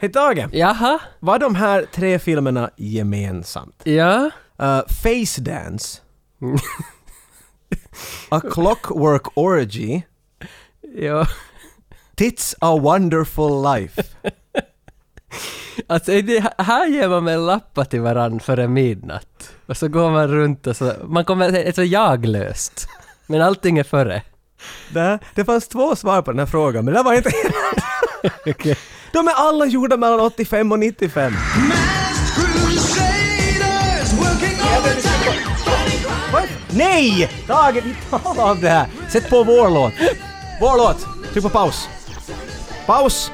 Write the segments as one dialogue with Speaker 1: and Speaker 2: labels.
Speaker 1: Hej Tage!
Speaker 2: Jaha,
Speaker 1: Vad har de här tre filmerna gemensamt?
Speaker 2: ja.
Speaker 1: Uh, Face Dance A Clockwork Orgy
Speaker 2: ja.
Speaker 1: Tits A Wonderful Life
Speaker 2: Alltså, är det, här ger man väl lappar till varann före midnatt. Och så går man runt och så, man kommer, det är så jaglöst. Men allting är före.
Speaker 1: det, det fanns två svar på den här frågan men det var inte
Speaker 2: Okej.
Speaker 1: De är alla gjorda mellan 85 och 95
Speaker 3: Masked crusaders working overtime.
Speaker 1: Nej! Tage, vi talar om det här! Sätt på vår låt! Vår låt! Tryck på paus! Paus!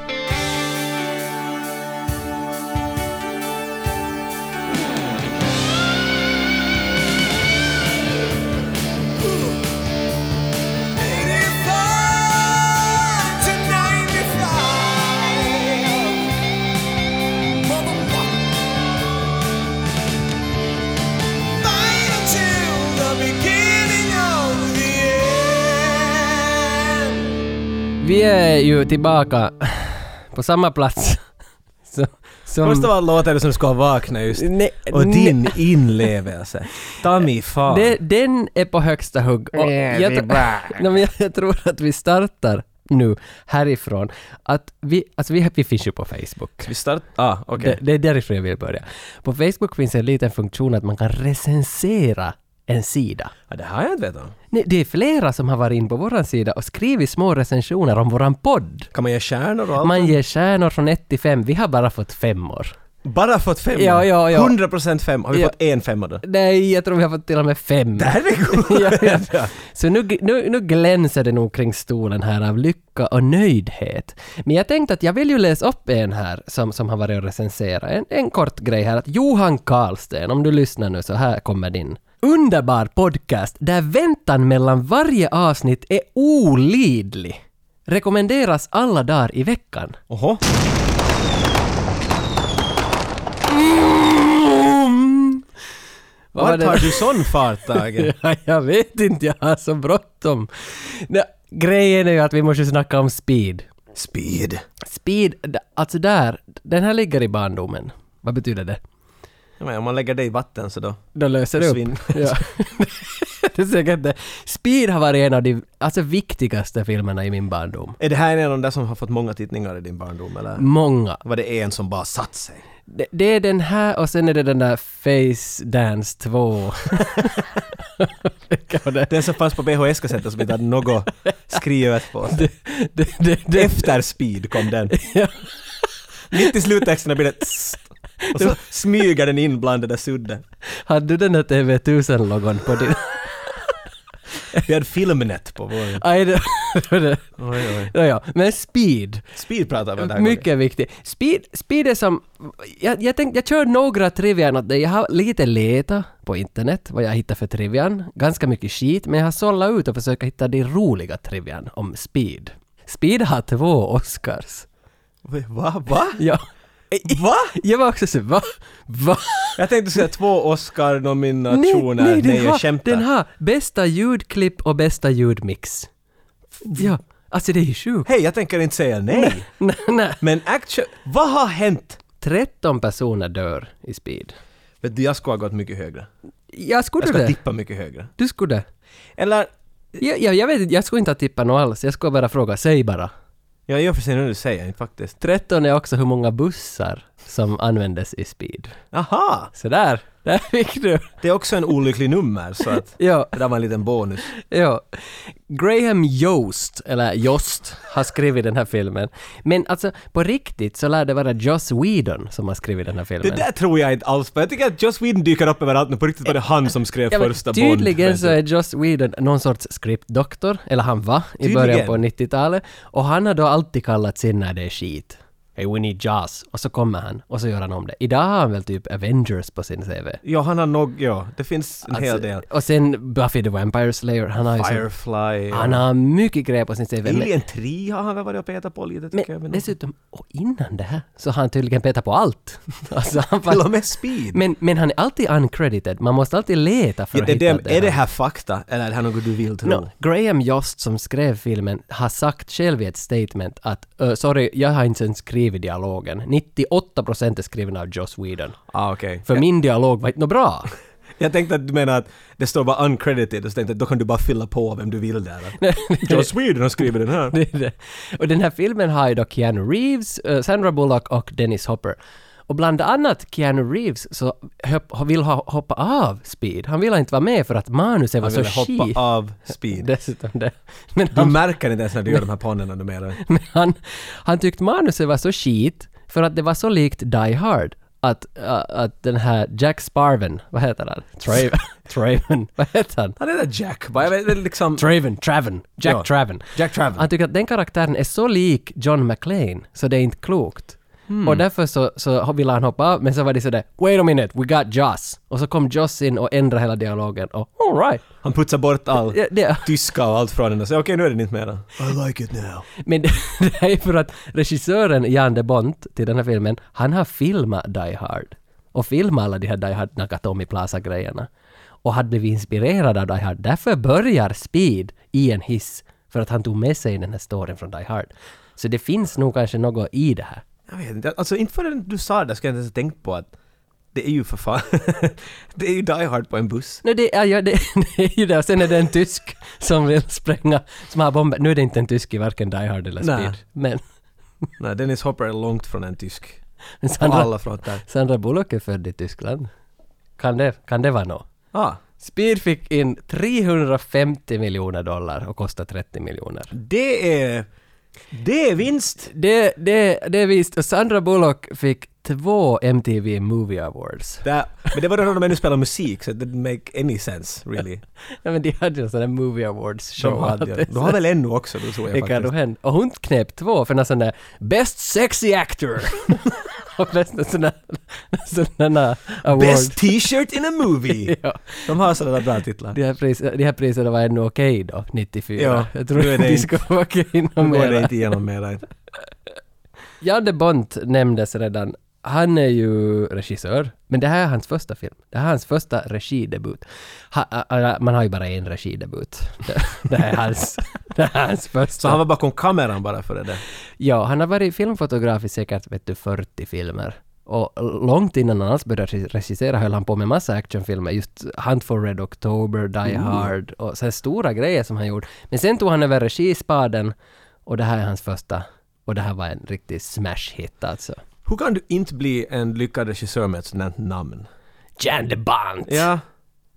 Speaker 2: Vi är ju tillbaka på samma plats. Så, som...
Speaker 1: Först av allt låter det som ska vakna just.
Speaker 2: Nej,
Speaker 1: Och
Speaker 2: nej.
Speaker 1: din inlevelse. Ta mig fan.
Speaker 2: Det, den är på högsta hugg. Och jag, tr- Nej, men jag, jag tror att vi startar nu härifrån. Att vi, alltså vi, vi finns ju på Facebook.
Speaker 1: Vi startar... Ah, okej.
Speaker 2: Det, det är därifrån jag vill börja. På Facebook finns en liten funktion att man kan recensera en sida.
Speaker 1: Ja, det har jag inte vetat om.
Speaker 2: Nej, det är flera som har varit in på våran sida och skrivit små recensioner om våran podd.
Speaker 1: Kan man ge stjärnor och allt?
Speaker 2: Man ger stjärnor från 1 till 5. Vi har bara fått femmor.
Speaker 1: Mm. Bara fått fem?
Speaker 2: Ja, ja, ja.
Speaker 1: 100% fem. Har vi
Speaker 2: Ja.
Speaker 1: fått en femma då?
Speaker 2: Nej, jag tror vi har fått till och med fem.
Speaker 1: Herregud!
Speaker 2: ja, ja. Så nu, nu, nu glänser det nog kring stolen här av lycka och nöjdhet. Men jag tänkte att jag vill ju läsa upp en här som, som har varit och recenserat. En, en kort grej här. Att Johan Karlsten, om du lyssnar nu så här kommer din. Underbar podcast där väntan mellan varje avsnitt är olidlig. Rekommenderas alla dagar i veckan.
Speaker 1: Oho.
Speaker 2: Vad var
Speaker 1: Vart
Speaker 2: det?
Speaker 1: har du sån fart, Tage?
Speaker 2: Ja, jag vet inte, jag har så bråttom. Nej, Grejen är ju att vi måste snacka om speed.
Speaker 1: Speed.
Speaker 2: Speed, d- alltså där, den här ligger i barndomen. Vad betyder det?
Speaker 1: Ja, men om man lägger det i vatten så då...
Speaker 2: Då löser det upp.
Speaker 1: Försvinn-
Speaker 2: Ja. det är säkert det. Speed har varit en av de alltså, viktigaste filmerna i min barndom.
Speaker 1: Är det här en av de där som har fått många tittningar i din barndom eller?
Speaker 2: Många.
Speaker 1: Var det en som bara satt sig?
Speaker 2: Det, det är den här och sen är det den där Face Dance 2. Vilka var det?
Speaker 1: Den som fanns på VHS-kassetten som inte hade något skrivet på sig.
Speaker 2: Det, det, det,
Speaker 1: Efter speed kom den.
Speaker 2: Ja.
Speaker 1: Mitt i sluttexterna blir det tss, Och så smyger den in bland det där sudden.
Speaker 2: hade du den där TV1000-logon på din...
Speaker 1: Vi hade filmnet på vår...
Speaker 2: Aj, det, det,
Speaker 1: Oj, oj.
Speaker 2: ja, ja. Men speed.
Speaker 1: Speed pratar vi om där.
Speaker 2: Mycket viktigt. Speed, speed är som... Jag, jag, tänkte, jag kör några trivian åt dig. Jag har lite letat på internet vad jag hittar för trivian. Ganska mycket skit, men jag har sållat ut och försökt hitta de roliga trivian om speed. Speed har två Oscars.
Speaker 1: Va? Va?
Speaker 2: Ja.
Speaker 1: Va?
Speaker 2: Jag var också så va? Va?
Speaker 1: Jag tänkte säga två Oscar-nominationer.
Speaker 2: den
Speaker 1: jag
Speaker 2: har,
Speaker 1: skämtar.
Speaker 2: den har bästa ljudklipp och bästa ljudmix. Ja, alltså det är ju sjukt.
Speaker 1: Hej, jag tänker inte säga nej.
Speaker 2: Nej, nej.
Speaker 1: Men action... Vad har hänt?
Speaker 2: 13 personer dör i speed.
Speaker 1: Vet du, jag skulle ha gått mycket högre.
Speaker 2: Jag skulle
Speaker 1: Jag ska
Speaker 2: det.
Speaker 1: tippa mycket högre.
Speaker 2: Du skulle det.
Speaker 1: Eller...
Speaker 2: Ja, ja, jag vet inte, jag skulle inte ha tippat något alls. Jag skulle bara fråga, säg bara.
Speaker 1: Ja, i och för sig nu du säger det faktiskt.
Speaker 2: 13 är också hur många bussar som användes i speed.
Speaker 1: Aha!
Speaker 2: Så där, där fick du.
Speaker 1: Det är också en olycklig nummer så att...
Speaker 2: Ja,
Speaker 1: Det där var en liten bonus.
Speaker 2: ja. Graham Jost, eller Jost, har skrivit den här filmen. Men alltså, på riktigt så lär det vara Joss Whedon som har skrivit den här
Speaker 1: Det
Speaker 2: filmen.
Speaker 1: där tror jag inte alls på. Jag tycker att Joss Whedon dyker upp överallt nu. På riktigt var det han som skrev
Speaker 2: Ja, men
Speaker 1: första Bond.
Speaker 2: tydligen så är Joss Whedon någon sorts skriptdoktor, eller han var i början
Speaker 1: Tydligen.
Speaker 2: på 90-talet, och han har då alltid kallats in när det är skit. Hey, we need Jaws. Och så kommer han, och så gör han om det. Idag har han väl typ Avengers på sin CV.
Speaker 1: Ja, han har nog... Ja, det finns en hel
Speaker 2: Alltså,
Speaker 1: del.
Speaker 2: Och sen Buffy the Vampire Slayer, han har ju så,
Speaker 1: Firefly... och-
Speaker 2: Han har mycket grejer på sin CV. Men,
Speaker 1: Alien 3 har han väl varit och petat på lite tycker jag.
Speaker 2: men
Speaker 1: men-
Speaker 2: dessutom, och innan det här, så har han tydligen petat på allt. alltså, han
Speaker 1: Till
Speaker 2: var,
Speaker 1: och med Speed.
Speaker 2: men, men han är alltid uncredited, man måste alltid leta för
Speaker 1: Ja,
Speaker 2: att
Speaker 1: det,
Speaker 2: hitta
Speaker 1: det,
Speaker 2: att
Speaker 1: är det
Speaker 2: han.
Speaker 1: här fakta eller är det här något du vill tro?
Speaker 2: No, Graham Jost som skrev filmen har sagt själv i ett statement att "Ö, ”Sorry, jag har inte ens skrivit dialogen. 98% är skriven av Joss Whedon.
Speaker 1: Ah, okej.
Speaker 2: För min dialog var inte nå bra.
Speaker 1: Jag tänkte att du menar att det står bara uncredited och så tänkte jag att då kan du bara fylla på vem du vill där.
Speaker 2: Nej,
Speaker 1: Joss Sweden har skrivit den här.
Speaker 2: det är det. och den här filmen har ju då Keanu Reeves, eh, Sandra Bullock och Dennis Hopper. Och bland annat Keanu Reeves så höpp, vill ha, hoppa av Speed. Han ville inte vara med för att manuset var
Speaker 1: Jag
Speaker 2: så
Speaker 1: ville
Speaker 2: skit.
Speaker 1: Alltså, hoppa av speed.
Speaker 2: Dessutom alltså, det. Men
Speaker 1: Du
Speaker 2: han,
Speaker 1: märker inte ens när du gör de här pannorna numera.
Speaker 2: men han, han tyckte manuset var så skit för att det var så likt Die Hard att, äh, att den här Jack Sparven, vad heter han? Traven, Traven, vad heter han?
Speaker 1: Han heter Jack, bara jag vet det är liksom...
Speaker 2: Traven, Traven, Jack
Speaker 1: Ja.
Speaker 2: Traven.
Speaker 1: Jack Traven.
Speaker 2: Han tycker att den karaktären är så lik John McClane så det är inte klokt. Och därför så, så ville han hoppa av, men så var det sådär “Wait a minute, we got Joss”. Och så kom Joss in och ändrade hela dialogen och “All right”.
Speaker 1: Han putsar bort all
Speaker 2: Ja, det,
Speaker 1: tyska och allt från den och säger okej nu är den inte mera. I like it now.
Speaker 2: men det, det är för att regissören Jan de Bont till den här filmen, han har filmat Die Hard. Och filmat alla de här Die Hard Nakatomi Plaza-grejerna. Och hade blivit inspirerad av Die Hard. Därför börjar Speed i en hiss. För att han tog med sig den här storyn från Die Hard. Så det finns nog kanske något i det här.
Speaker 1: Jag vet inte, alltså inte förrän du sa det ska jag inte ens ha tänkt på att det är ju för fan... det är ju Die Hard på en buss.
Speaker 2: Nej, det är, ja, det, det är ju det. Och sen är det en tysk som vill spränga, som har bomber. Nu är det inte en tysk i varken Die Hard eller Speed.
Speaker 1: Nej.
Speaker 2: Men,
Speaker 1: Nej, Dennis Hopper är långt från en tysk.
Speaker 2: men
Speaker 1: På
Speaker 2: Sandra,
Speaker 1: alla fronter.
Speaker 2: Sandra Bullock är född i Tyskland. Kan det, kan det vara något?
Speaker 1: Ah,
Speaker 2: Speed fick in 350 miljoner dollar och kostade 30 miljoner.
Speaker 1: det är... Det är vinst!
Speaker 2: Det, det, det visst. Och Sandra Bullock fick två MTV Movie Awards.
Speaker 1: Där, men det var då de ännu spelade musik, så it didn't make any sense really.
Speaker 2: Nej men de hade ju en sån där Movie Awards
Speaker 1: De
Speaker 2: show.
Speaker 1: hade, ju- de har väl ännu också, då tror jag
Speaker 2: Det kan nog
Speaker 1: faktiskt.
Speaker 2: hända. Och hon knep två för någon sån där Best Sexy Actor! och bäst en sån där, sån där award.
Speaker 1: Best t-shirt in a movie!
Speaker 2: Ja.
Speaker 1: De har sådana där bra titlar.
Speaker 2: De här, pris, de här priserna var ännu okej då, 94.
Speaker 1: Ja,
Speaker 2: jag tror
Speaker 1: nu är
Speaker 2: inte
Speaker 1: det
Speaker 2: de
Speaker 1: inte-
Speaker 2: skulle vara okej
Speaker 1: Nu
Speaker 2: någon
Speaker 1: går det
Speaker 2: mera.
Speaker 1: inte igenom mera.
Speaker 2: Jan de Bont nämndes redan. Han är ju regissör, men det här är hans första film. Det här är hans första regidebut. Ha, a- a- man har ju bara en regidebut. Det, det, här är hans, det här är hans första.
Speaker 1: Så han var bakom kameran bara för det där.
Speaker 2: Ja, han har varit filmfotograf i säkert vet du, 40 filmer. Och långt innan han alls började regi- regissera höll han på med massa actionfilmer. Just Hunt for Red October, Die
Speaker 1: Mm.
Speaker 2: Hard och så här stora grejer som han gjort. Men sen tog han över regispaden och det här är hans första. Och det här var en riktig smash hit alltså.
Speaker 1: Hur kan du inte bli en lyckad regissör med ett sådant här namn?
Speaker 2: Jan de Bont! Ja.
Speaker 1: Ja.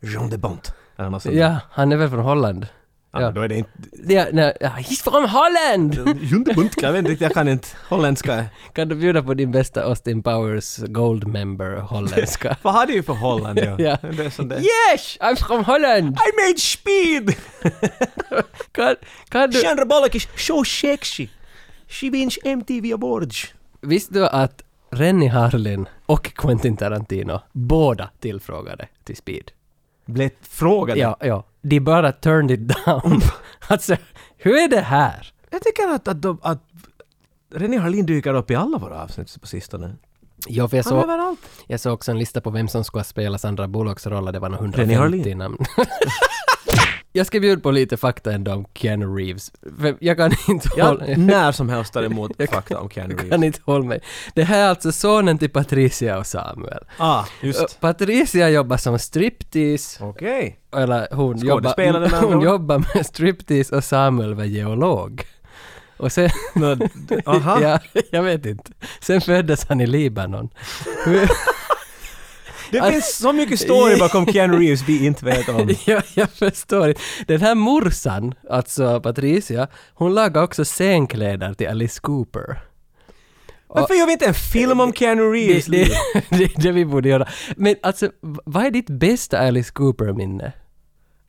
Speaker 1: Jean de Bont. Eller något sånt.
Speaker 2: ja, han är väl från Holland?
Speaker 1: Ja,
Speaker 2: ja.
Speaker 1: men Då är det inte...
Speaker 2: Ja, nej, ja, he's from Holland!
Speaker 1: Jean de Bont, jag vet inte, riktigt, jag kan inte holländska.
Speaker 2: Kan du bjuda på din bästa Austin Powers Gold Member holländska?
Speaker 1: Vad har du för Holland? Ja.
Speaker 2: Ja.
Speaker 1: Det är sånt där.
Speaker 2: yes! I'm from Holland!
Speaker 1: I made speed!
Speaker 2: Kan, kan du...
Speaker 1: Sandra Bullock is so sexy. She wins MTV Awards.
Speaker 2: Visste du att Rennie Harlin och Quentin Tarantino båda tillfrågade till Speed?
Speaker 1: Blev frågade.
Speaker 2: Ja, ja. De bara turned it down. alltså, hur är det här?
Speaker 1: Jag tycker att, att, de, att René Harlin dyker upp i alla våra avsnitt på sistone.
Speaker 2: Ja, för jag,
Speaker 1: Han är
Speaker 2: såg,
Speaker 1: överallt.
Speaker 2: jag såg också en lista på vem som skulle spela Sandra Bullocks roll och det var nog
Speaker 1: Rennie Harlin.
Speaker 2: 150 namn. jag ska bjuda på lite fakta ändå om Keanu Reeves. För jag kan inte
Speaker 1: Ja,
Speaker 2: hålla...
Speaker 1: när som helst tar emot fakta om Keanu
Speaker 2: kan
Speaker 1: Reeves.
Speaker 2: inte hålla mig. Det här är alltså sonen till Patricia och Samuel.
Speaker 1: Ah, just.
Speaker 2: Patricia jobbar som striptease
Speaker 1: Okej.
Speaker 2: eller hon,
Speaker 1: Skådespelare med
Speaker 2: jobbar,
Speaker 1: andra
Speaker 2: hon
Speaker 1: ord.
Speaker 2: jobbar med striptease och Samuel var geolog. Och sen,
Speaker 1: Nå, d- Aha.
Speaker 2: ja, jag vet inte. Sen föddes han i Libanon. Hur-
Speaker 1: Det finns så mycket story bakom Keanu Reeves vi inte vet om.
Speaker 2: jag, jag förstår inte. Den här morsan, alltså Patricia, hon lagar också scenkläder till Alice Cooper.
Speaker 1: Varför gör vi inte en film om Keanu Reeves
Speaker 2: Det, det,
Speaker 1: liv?
Speaker 2: det är det vi borde göra. Men alltså, v- vad är ditt bästa Alice Cooper-minne?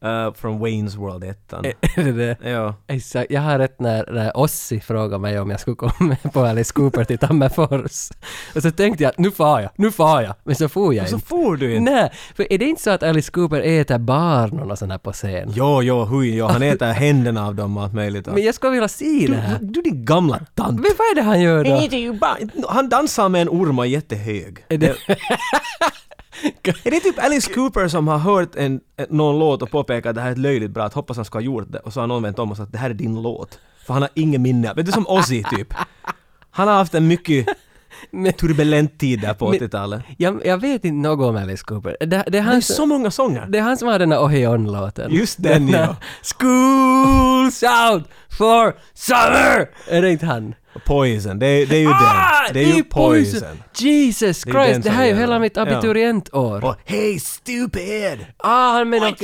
Speaker 1: Uh, från Wayne's World 1.
Speaker 2: Är det det?
Speaker 1: Ja.
Speaker 2: Exakt, jag har rätt när, när Ossi frågade mig om jag skulle komma på Alice Cooper till Tammerfors. Och så tänkte jag att nu far jag, nu far jag, men så for jag
Speaker 1: Så
Speaker 2: inte.
Speaker 1: får du inte.
Speaker 2: Nej, för är det inte så att Alice Cooper äter barn och sånt här på scen?
Speaker 1: Jo, jo, hui, jo. Han äter händerna av dem och allt möjligt.
Speaker 2: Men jag skulle vilja se det här.
Speaker 1: Du, du din gamla tant.
Speaker 2: Men vad är det han gör då?
Speaker 1: Han dansar med en orm och är jättehög.
Speaker 2: Är det,
Speaker 1: Är det typ Alice Cooper som har hört en, en- någon låt och påpekat att det här är ett löjligt bra, att hoppas han ska ha gjort det och så har någon vänt om och sagt det här är din låt. För han har ingen minne. Vet du som Ozzy typ? Han har haft en mycket turbulent tid där på
Speaker 2: Men-
Speaker 1: 80-talet.
Speaker 2: Jag, jag vet inte något om Alice Cooper. Det, det, är
Speaker 1: Det är
Speaker 2: han, som-
Speaker 1: så många sånger.
Speaker 2: det är han som har den där Ohion-låten.
Speaker 1: Just den,
Speaker 2: där,
Speaker 1: ja.
Speaker 2: School's out for summer! Är det inte han?
Speaker 1: Poison, det är, det är
Speaker 2: Ah,
Speaker 1: ju den. Det är ju Poison.
Speaker 2: Jesus
Speaker 1: Det är ju den
Speaker 2: Christ, det
Speaker 1: som
Speaker 2: här är ju
Speaker 1: gör
Speaker 2: hela
Speaker 1: det.
Speaker 2: mitt
Speaker 1: Ja.
Speaker 2: abiturientår.
Speaker 1: Och Hey Stupid!
Speaker 2: Ah, han menar...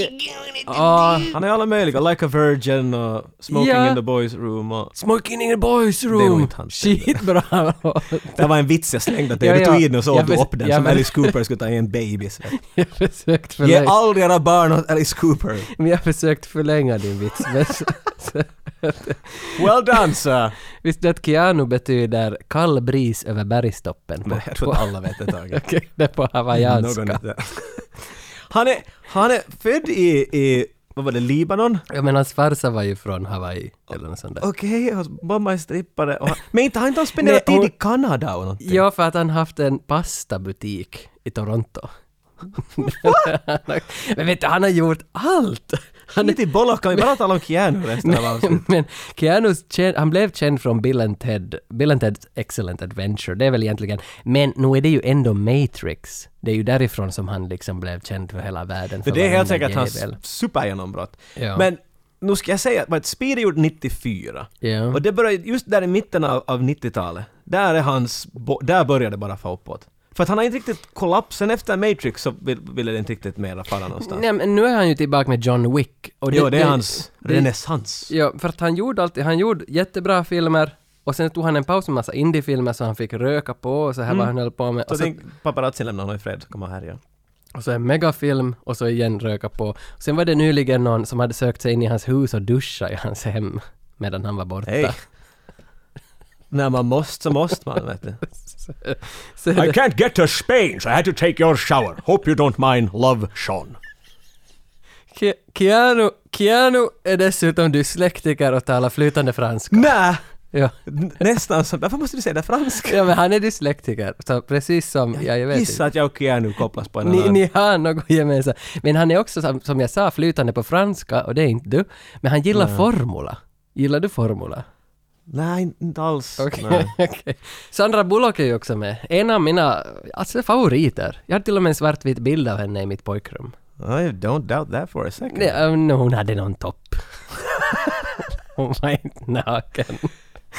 Speaker 2: Ah,
Speaker 1: Han är alla möjliga, Like a Virgin och Smoking
Speaker 2: Ja.
Speaker 1: in the Boys Room och...
Speaker 2: Smoking in the boys room!
Speaker 1: Det var inte han.
Speaker 2: Skitbra låt!
Speaker 1: Det var en vits jag slängde till
Speaker 2: Ja,
Speaker 1: dig, du
Speaker 2: ja.
Speaker 1: tog i den och så
Speaker 2: Jag
Speaker 1: åt du
Speaker 2: vet-
Speaker 1: upp den
Speaker 2: jag
Speaker 1: som
Speaker 2: vet.
Speaker 1: Alice Cooper skulle ta i en baby. så.
Speaker 2: Jag har försökt
Speaker 1: Ge
Speaker 2: förlänga...
Speaker 1: aldrig era barn åt Alice Cooper.
Speaker 2: Men jag har försökt förlänga din vits. Men så, så,
Speaker 1: Well done sir!
Speaker 2: visst du att Keanu betyder kall bris över bergstoppen? På,
Speaker 1: Men jag tror att alla vet det taget.
Speaker 2: Okej, det är på
Speaker 1: Någon
Speaker 2: hawaiianska.
Speaker 1: inte. Han är, han är född i, i, vad var det, Libanon?
Speaker 2: Ja men hans farsa var ju från Hawaii eller något sånt där.
Speaker 1: Okej, hans mamma är strippare. och han- Men inte, har inte han spenderat tid
Speaker 2: Nej, hon-
Speaker 1: i Kanada och någonting?
Speaker 2: Ja, för att han haft en pastabutik i Toronto. men vet du, han har gjort allt! Han är
Speaker 1: Lite i bollar, kan vi bara tala om Keanu resten av avsnittet?
Speaker 2: Men Keanus, känd- han blev känd från Bill and Ted, Bill and Ted's Excellent Adventure, det är väl egentligen, men nu är det ju ändå Matrix. Det är ju därifrån som han liksom blev känd för hela världen. För
Speaker 1: Det är helt
Speaker 2: varenda
Speaker 1: säkert hans
Speaker 2: jävel.
Speaker 1: supergenombrott.
Speaker 2: supergenombrott. Ja.
Speaker 1: Men nu ska jag säga att Speedy gjorde 94.
Speaker 2: Ja.
Speaker 1: Och det började just där i mitten av, av 90-talet. Där är hans... bo- Där började det bara få uppåt. För att han har inte riktigt kollapsen efter Matrix så vill- ville det inte riktigt mera fara någonstans.
Speaker 2: Nej men nu är han ju tillbaka med John Wick. Och
Speaker 1: jo, det är hans renässans.
Speaker 2: Ja, för att han gjorde alltid, han gjorde jättebra filmer och sen tog han en paus med massa indiefilmer så han fick röka på och så här vad han höll på med.
Speaker 1: Mm. Så
Speaker 2: Och så,
Speaker 1: tänk, paparazzi lämnar honom i fred, så kommer han härja.
Speaker 2: och så en megafilm och så igen röka på. Sen var det nyligen någon som hade sökt sig in i hans hus och duscha i hans hem medan han var borta.
Speaker 1: Hej! När man måste så måste man, vet du.
Speaker 2: Så det,
Speaker 1: can't get to Spain so I had to take your shower. Hope you don't mind, love Sean.
Speaker 2: Ke- Keanu, Keanu är dessutom dyslektiker och talar flytande franska.
Speaker 1: Nej!
Speaker 2: Ja.
Speaker 1: Nästan som... Varför måste du säga det franska?
Speaker 2: ja, men han är dyslektiker. Så precis som, ja, jag vet
Speaker 1: Gissa att jag och Keanu kopplas på en
Speaker 2: Ni,
Speaker 1: annan.
Speaker 2: ni har något gemensamt. Men han är också, som, som jag sa, flytande på franska och det är inte du. Men han gillar formula. Gillar du formula?
Speaker 1: Nej, inte alls.
Speaker 2: Okej.
Speaker 1: Nej.
Speaker 2: okej. Sandra Bullock är ju också med. En av mina alltså, favoriter. Jag har till och med en svartvit bild av henne i mitt pojkrum.
Speaker 1: I don't doubt that for a second.
Speaker 2: Nej, äh, no, hon hade någon topp. hon var inte naken.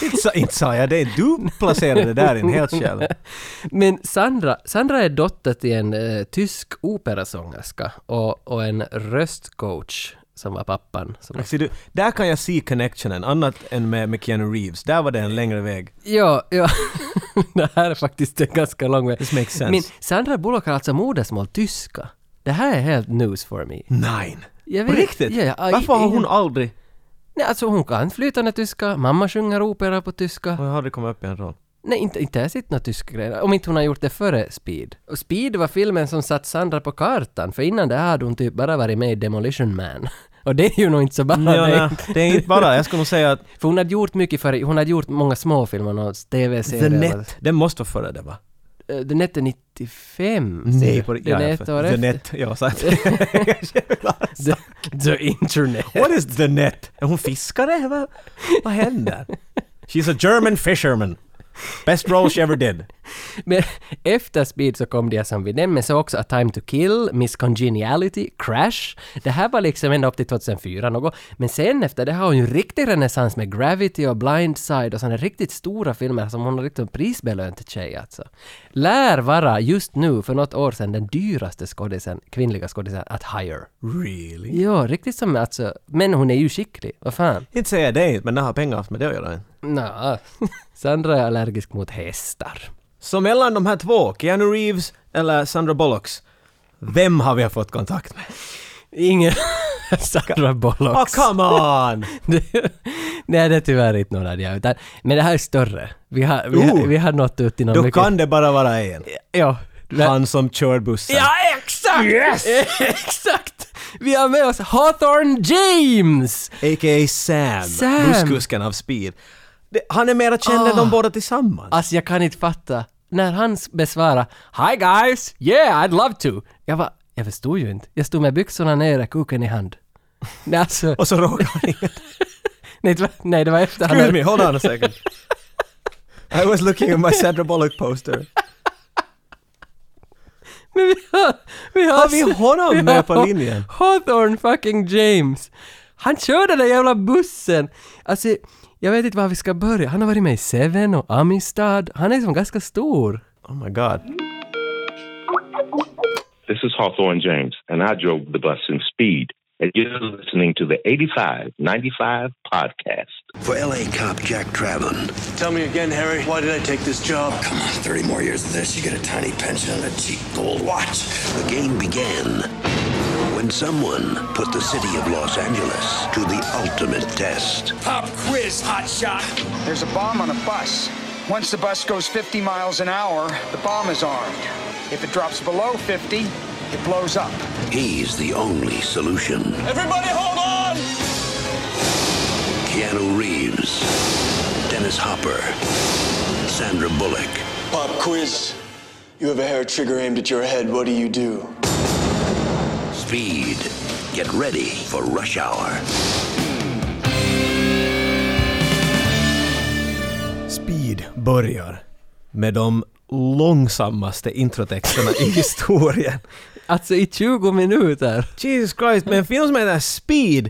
Speaker 1: Inte, sa, inte sa jag det. Du placerade det där in helt själv.
Speaker 2: Men Sandra, Sandra är dotter till en eh, tysk operasångerska och, och en röstcoach som var pappan. Som var
Speaker 1: Ser du, där kan jag se connectionen, annat än med, med Keanu Reeves. Där var det en längre väg.
Speaker 2: Ja, ja. det här är faktiskt en ganska lång väg.
Speaker 1: This makes sense.
Speaker 2: Men Sandra Bullock har alltså modersmål tyska. Det här är helt news for me.
Speaker 1: Nein!
Speaker 2: Jag
Speaker 1: På
Speaker 2: vet-
Speaker 1: riktigt?
Speaker 2: Ja, ja,
Speaker 1: Varför har
Speaker 2: ingen-
Speaker 1: hon aldrig...
Speaker 2: Nej, alltså hon kan flytande tyska, mamma sjunger opera på tyska.
Speaker 1: Hon har aldrig kommit upp i en roll.
Speaker 2: Nej, inte, inte ens inte några tyska grejer. Om inte hon har gjort det före Speed. Och Speed var filmen som satt Sandra på kartan, för innan det här hade hon typ bara varit med i Demolition Man. Och det är ju nog inte så bra.
Speaker 1: Ja,
Speaker 2: nej.
Speaker 1: nej, det är inte bara, jag skulle nog säga att
Speaker 2: För hon hade gjort mycket före, hon hade gjort många småfilmer och
Speaker 1: The
Speaker 2: tv-serier.
Speaker 1: Net, den måste vara före det va?
Speaker 2: Eh, Den hette 95. ser
Speaker 1: Mm. Nej,
Speaker 2: du.
Speaker 1: på
Speaker 2: Den är ett år
Speaker 1: The
Speaker 2: efter.
Speaker 1: Net, ja, så att,
Speaker 2: The, the internet.
Speaker 1: What is The Net? Är hon fiskare? Vad, vad händer? She's a German fisherman. Best role she ever did.
Speaker 2: Men efter Speed så kom det som vi nämnde så också A Time To Kill, Miss Congeniality, Crash. Det här var liksom ända upp till 2004 något. Men sen efter det har hon ju en riktig renässans med Gravity och Blindside och sådana riktigt stora filmer som hon har liksom prisbelönt tjej alltså. Lär vara just nu för något år sedan den dyraste skådisen, kvinnliga skådisen att hire.
Speaker 1: Really?
Speaker 2: Ja, riktigt som alltså. Men hon är ju skicklig, vad fan.
Speaker 1: Inte säger jag det, men det har pengar haft med det att göra.
Speaker 2: Nå, Sandra är allergisk mot hästar.
Speaker 1: Så mellan de här två, Keanu Reeves eller Sandra Bullocks, vem har vi fått kontakt med?
Speaker 2: Ingen Sandra
Speaker 1: Oh,
Speaker 2: Bullocks.
Speaker 1: come on!
Speaker 2: Det- Nej, det är tyvärr inte någon av de här, utan, Men det här är större. Vi har, vi, har,
Speaker 1: Ooh.
Speaker 2: vi har nått ut till någon
Speaker 1: Då
Speaker 2: mycket...
Speaker 1: Oh. kan det bara vara en.
Speaker 2: Ja. det-
Speaker 1: Han som kör bussen.
Speaker 2: Ja, exakt! exakt! Vi har med oss Hawthorne James!
Speaker 1: A.k.a. Sam,
Speaker 2: Sam. Ah.
Speaker 1: busskusken av Speed. Det, han är mera känd än de båda tillsammans.
Speaker 2: Alltså, jag kan inte fatta. När han s- besvarar ”Hi guys! Yeah, I'd love to!” Jag var, jag förstod ju inte. Jag stod med byxorna nere, kuken i hand. Nej, alltså,
Speaker 1: Och så råkar han in.
Speaker 2: nej, det var- nej, det var efter han
Speaker 1: Excuse
Speaker 2: hade-
Speaker 1: me, hold on a second.
Speaker 4: I was looking at my Sandra Bullock poster.
Speaker 2: Men vi har... Vi har,
Speaker 1: Har vi honom
Speaker 2: vi har
Speaker 1: med på linjen?
Speaker 2: Hawthorne fucking James. Han körde den jävla bussen. Alltså, jag vet inte var vi ska börja. Han har varit med i Seven och Amistad. Han är liksom ganska stor.
Speaker 1: Oh my god.
Speaker 5: This is Hawthorne James, and I drove the bus in speed. And you're listening to the 8595 podcast.
Speaker 6: For LA cop Jack Trabant.
Speaker 7: Tell me again, Harry, why did I take this job?
Speaker 6: Come on, 30 more years of this, you get a tiny pension and a cheap gold watch. The game began when someone put the city of Los Angeles to the ultimate test.
Speaker 8: Pop quiz, hotshot.
Speaker 9: There's a bomb on a bus. Once the bus goes 50 miles an hour, the bomb is armed. If it drops below 50, it blows up.
Speaker 6: He's the only solution.
Speaker 8: Everybody hold on!
Speaker 6: Keanu Reeves, Dennis Hopper, Sandra Bullock.
Speaker 7: Pop quiz. You have a hair trigger aimed at your head. What do you do?
Speaker 6: Speed. Get ready for rush hour.
Speaker 1: Speed börjar med de långsammaste introtexterna i historien.
Speaker 2: Alltså i 20 minuter.
Speaker 1: Jesus Christ, men en film som heter Speed.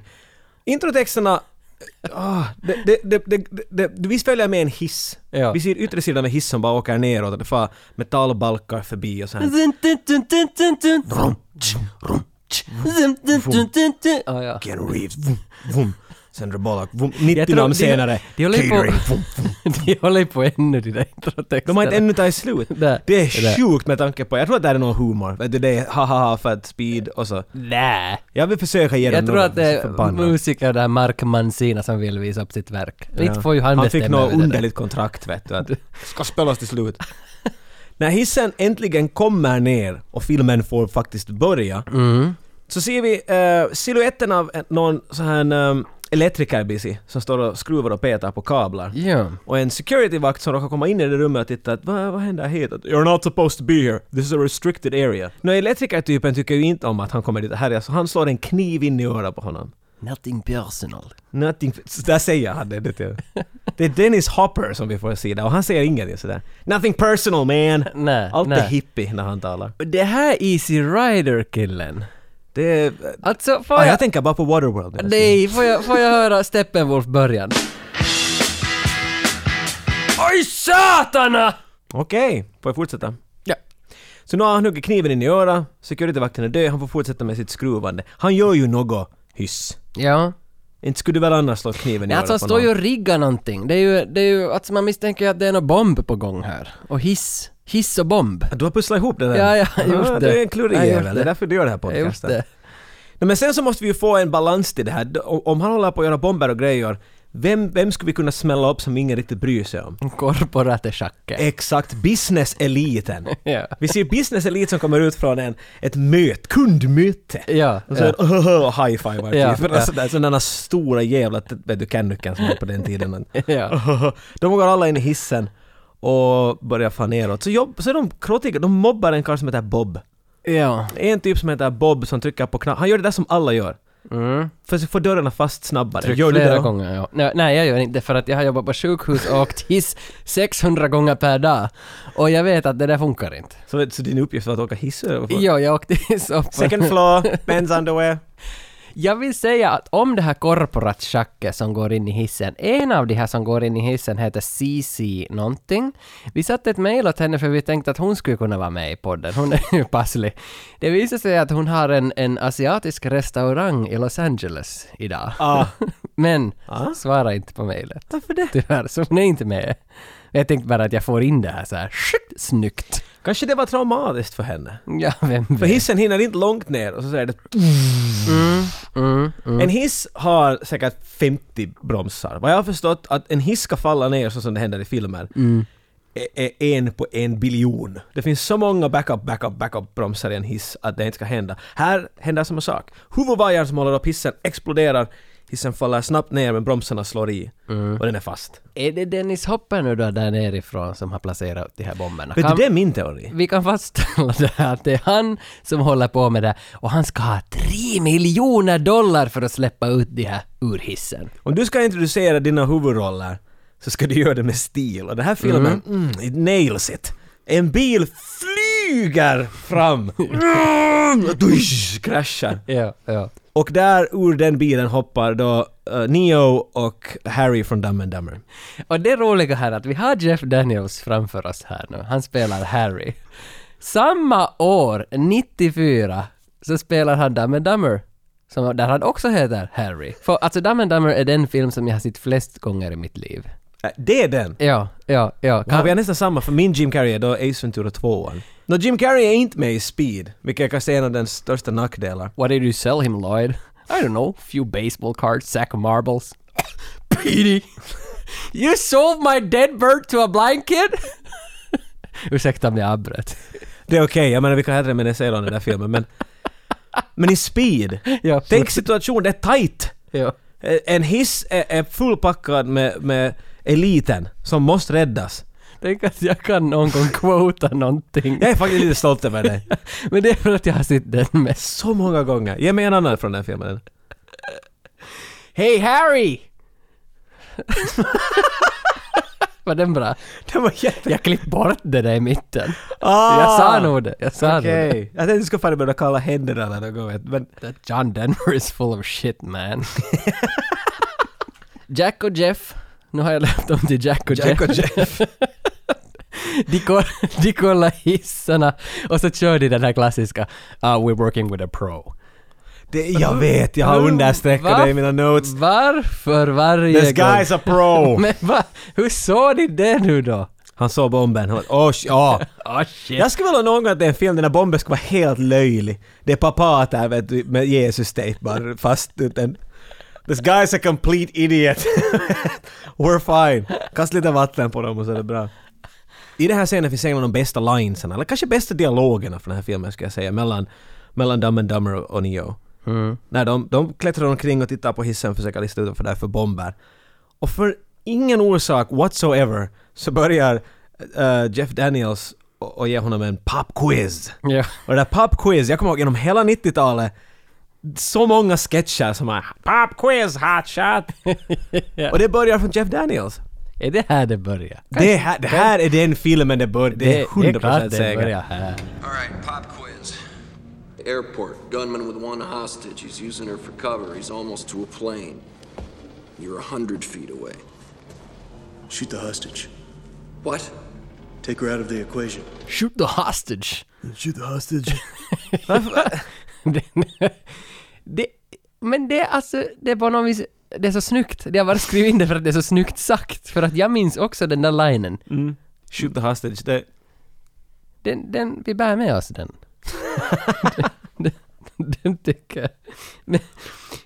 Speaker 1: Introtexterna... ah, det, det, det, det, det, det, vi följer med en hiss.
Speaker 2: Ja.
Speaker 1: Vi ser yttre sidan med hissen som bara åker neråt och det far metallbalkar förbi och så här.
Speaker 2: Dun, dun, dun, dun, dun, dun. Dun, dun, dun, dun, dun. Ja, ja.
Speaker 1: Keanu Reeves, vum, vum. Sandra Bullock, vum. 90
Speaker 2: tror
Speaker 1: namn
Speaker 2: de-
Speaker 1: senare.
Speaker 2: de håller på-
Speaker 1: catering, vum, vum.
Speaker 2: De håller på ännu de där introtexterna.
Speaker 1: De har inte ännu tagit slut.
Speaker 2: Där.
Speaker 1: Det
Speaker 2: Där.
Speaker 1: är sjukt med tanke på, jag tror att det här är någon humor. Vet du, det är ha ha ha för att speed och så.
Speaker 2: Nä.
Speaker 1: Jag vill försöka ge dem
Speaker 2: Jag tror
Speaker 1: något
Speaker 2: att det är
Speaker 1: förbannat.
Speaker 2: musiker där Mark Mansina som vill visa upp sitt verk. Inte får ju han
Speaker 1: han fick
Speaker 2: bestämma
Speaker 1: något
Speaker 2: över det där.
Speaker 1: underligt kontrakt vet du. Att ska spelas till slut. När hissen äntligen kommer ner och filmen får faktiskt börja.
Speaker 2: Mm.
Speaker 1: Så ser vi uh, siluetten av en- någon sån här um, elektrikerbici som står och skruvar och petar på kablar.
Speaker 2: Ja.
Speaker 1: Och en securityvakt som råkar komma in i det rummet och titta att vad, vad händer hit? Att, You're not supposed to be here. This is a restricted area. Nå elektrikertypen tycker ju inte om att han kommer dit och härjar så han slår en kniv in i örat på honom.
Speaker 2: Nothing personal.
Speaker 1: Nothing... Där säger han det. Det är, det är Dennis Hopper som vi får se där och han säger ingenting sådär. Nothing personal man!
Speaker 2: Nej,
Speaker 1: Allt
Speaker 2: nej.
Speaker 1: är hippie när han talar.
Speaker 2: Det här Easy Rider-killen.
Speaker 1: Det är...
Speaker 2: Alltså, får
Speaker 1: Ah,
Speaker 2: jag...
Speaker 1: jag tänker bara på Waterworld. nu.
Speaker 2: Nej, får jag, får jag höra Steppenwolf-början? Oj, satana!
Speaker 1: Okej, får jag fortsätta?
Speaker 2: Ja.
Speaker 1: Så nu har han huggit kniven in i örat, securityvakten är död, han får fortsätta med sitt skruvande. Han gör ju något hyss.
Speaker 2: Ja.
Speaker 1: Inte skulle du väl annars slå kniven i
Speaker 2: Nej,
Speaker 1: örat
Speaker 2: alltså han
Speaker 1: på
Speaker 2: står ju
Speaker 1: någon?
Speaker 2: och riggar någonting. Det är ju, det är ju, alltså man misstänker ju att det är någon bomb på gång här. Och hiss. Hiss och bomb.
Speaker 1: Du har pusslat ihop det där?
Speaker 2: Ja, ja, jag har gjort
Speaker 1: ah,
Speaker 2: det.
Speaker 1: Du är en klurig
Speaker 2: Jag har gjort
Speaker 1: jävel, det är
Speaker 2: det.
Speaker 1: därför du gör det här
Speaker 2: Jag har gjort
Speaker 1: podcasten.
Speaker 2: det.
Speaker 1: Nej, men sen så måste vi ju få en balans till det här. D- Om om han håller på att göra bomber och grejer, vem, vem skulle vi kunna smälla upp som ingen riktigt bryr sig
Speaker 2: Mm.
Speaker 1: om? Eh.
Speaker 2: Korporatechacke.
Speaker 1: Exakt, business-eliten.
Speaker 2: Ja.
Speaker 1: Vi ser business-elit som kommer ut från en, ett möte, kundmöte.
Speaker 2: Ja,
Speaker 1: Och så
Speaker 2: ja.
Speaker 1: en oh, high-fiver typ.
Speaker 2: Ja,
Speaker 1: Eller
Speaker 2: ja.
Speaker 1: sådär, Sådana stora jävla, vet du, kannyckan som var på den tiden.
Speaker 2: Ja.
Speaker 1: De går alla in i hissen och börjar fan neråt. Så, jobb, så är de krottiga, de mobbar en karl som heter Bob.
Speaker 2: Ja.
Speaker 1: En typ som heter Bob som trycker på knappen, han gör det där som alla gör.
Speaker 2: Mm.
Speaker 1: För så får dörrarna fast snabbare.
Speaker 2: Tryck
Speaker 1: Gör du det
Speaker 2: flera
Speaker 1: då?
Speaker 2: gånger, ja. Nej, nej, jag gör inte det, för att jag har jobbat på sjukhus och åkt hiss 600 gånger per dag. Och jag vet att det där funkar inte.
Speaker 1: Så, vet- så din uppgift var att åka hiss över? folk?
Speaker 2: Ja, jag åkte hiss upp.
Speaker 1: Second floor, men's underwear.
Speaker 2: Jag vill säga att om det här korporatchacket som går in i hissen, en av de här som går in i hissen heter CC någonting. Vi satte ett mejl åt henne för vi tänkte att hon skulle kunna vara med i podden. Hon är ju passlig. Det visar sig att hon har en, en asiatisk restaurang i Los Angeles idag.
Speaker 1: Ah.
Speaker 2: Men svara inte på mejlet. Varför det? Tyvärr, så hon är inte med. Jag tänkte bara att jag får in det här så här sjukt snyggt.
Speaker 1: Kanske det var traumatiskt för henne.
Speaker 2: Ja, vem
Speaker 1: För
Speaker 2: vet?
Speaker 1: hissen hinner inte långt ner och så säger det... En hiss har säkert 50 bromsar. Vad jag har förstått att en hiss ska falla ner så som det händer i filmer. är- är en på en biljon. Det finns så många backup, backup, backup bromsar i en hiss att det inte ska hända. Här händer samma sak. Huvudvajern som håller upp hissen exploderar, hissen faller snabbt ner men bromsarna slår i. Och den är fast.
Speaker 2: Är det Dennis Hopper nu då där nerifrån som har placerat de här bomberna?
Speaker 1: Vet
Speaker 2: Kan-
Speaker 1: du, det är min teori.
Speaker 2: Vi kan fastställa det här att det är han som håller på med det och han ska ha 3 miljoner dollar för att släppa ut de här ur hissen.
Speaker 1: Om du ska introducera dina huvudroller så ska du göra det med stil. Och den här filmen, mm. it nails it. En bil flyger fram! Mm, dusch, kraschar.
Speaker 2: Ja, ja.
Speaker 1: Och där ur den bilen hoppar då eh, Neo och Harry från Dumb and Dumber.
Speaker 2: Och det roliga här är att vi har Jeff Daniels framför oss här nu. Han spelar Harry. Samma år, 94, så spelar han Dumb and Dumber. Som, där han också heter Harry. För alltså Dumb and Dumber är den film som jag har sett flest gånger i mitt liv.
Speaker 1: Eh, Det är den!
Speaker 2: Ja, ja, ja.
Speaker 1: Wow, vi har nästan samma, för min Jim Carrey är då Ace Ventura 2 Nå, Jim Carrey är inte med i Speed, vilket jag kan säga är en av den största nackdelar.
Speaker 2: What did you sell him, Lloyd? I don't know. Few baseball cards, sack of marbles. Petey! You sold my dead bird to a blind kid? Ursäkta om jag avbröt.
Speaker 1: Det är okej, jag menar vi kan hellre menisera den där filmen, men... Men i Speed!
Speaker 2: Ja, absolut.
Speaker 1: Tänk situationen, det är tight!
Speaker 2: Ja.
Speaker 1: Eh, En hiss är, är fullpackad med, med eliten som måste räddas.
Speaker 2: Tänk att jag kan någon gång quota någonting.
Speaker 1: Jag är faktiskt lite stolt över dig.
Speaker 2: Men det är för att jag har sett den mest.
Speaker 1: Så många gånger. Ge mig en annan från den filmen.
Speaker 2: Hey Harry! Var den bra?
Speaker 1: Det var jätte...
Speaker 2: Jag klippte bort det där i mitten.
Speaker 1: Ah!
Speaker 2: Jag sa nog det. Jag sa nog det.
Speaker 1: Okej. Jag tänkte du skulle fan börja kalla händerna när de går vet, men...
Speaker 2: That John Denver is full of shit man. Jack och Jeff. Nu har jag lärt dem till Jack och Jeff.
Speaker 1: Jack och Jeff.
Speaker 2: De, koll, de kollar hissarna och så kör de den här klassiska uh, “We're working with a pro”.
Speaker 1: Det, jag vet, jag har understreckat det i mina notes.
Speaker 2: Varför varje
Speaker 1: This guy's a pro!
Speaker 2: Men va? Hur såg ni det nu då?
Speaker 1: Han såg bomben, han bara, oh, sh- ja.
Speaker 2: Ah shit.
Speaker 1: Jag skulle vilja någon gång att det är en film där den här bomben skulle vara helt löjlig. Det är papater vet du, med Jesus-tejp bara fast ut en... This guy's a complete idiot. We're fine. Kasta lite vatten på dem och så är det bra. I den här scenen finns en av de bästa linesen, eller kanske bästa dialogerna från den här filmen ska jag säga, mellan, mellan Dumb and Dumber och Neo. När de, de klättrar omkring och tittar på hissen och försöker lista ut vad det är för bomber. Och för ingen orsak whatsoever så börjar eh, Jeff Daniels och, och ge honom en pop-quiz.
Speaker 2: Ja.
Speaker 1: Och det där pop-quiz, jag kommer ihåg genom hela 90-talet så många sketcher som är “Pop-quiz, hotshot!” Och det börjar från Jeff Daniels.
Speaker 2: Är det här det börjar?
Speaker 1: Det här, det här är den filmen det börjar, det är 100%
Speaker 2: det börjar
Speaker 1: säkert.
Speaker 2: här.
Speaker 10: All right, pop quiz. Airport. Gunman with one hostage. He's using her for cover. He's almost to a plane. You're a hundred feet away.
Speaker 7: Shoot the hostage.
Speaker 10: What?
Speaker 7: Take her out of the equation.
Speaker 2: Shoot the hostage.
Speaker 7: Shoot the hostage.
Speaker 2: Den- det, men det är alltså, det är på något vis, det är så snyggt. Jag har bara skrivit in det för att det är så snyggt sagt. För att jag minns också den där linen.
Speaker 1: Shoot the hostage, det...
Speaker 2: Den, den, vi bär med oss den. den, den tycker jag. Men,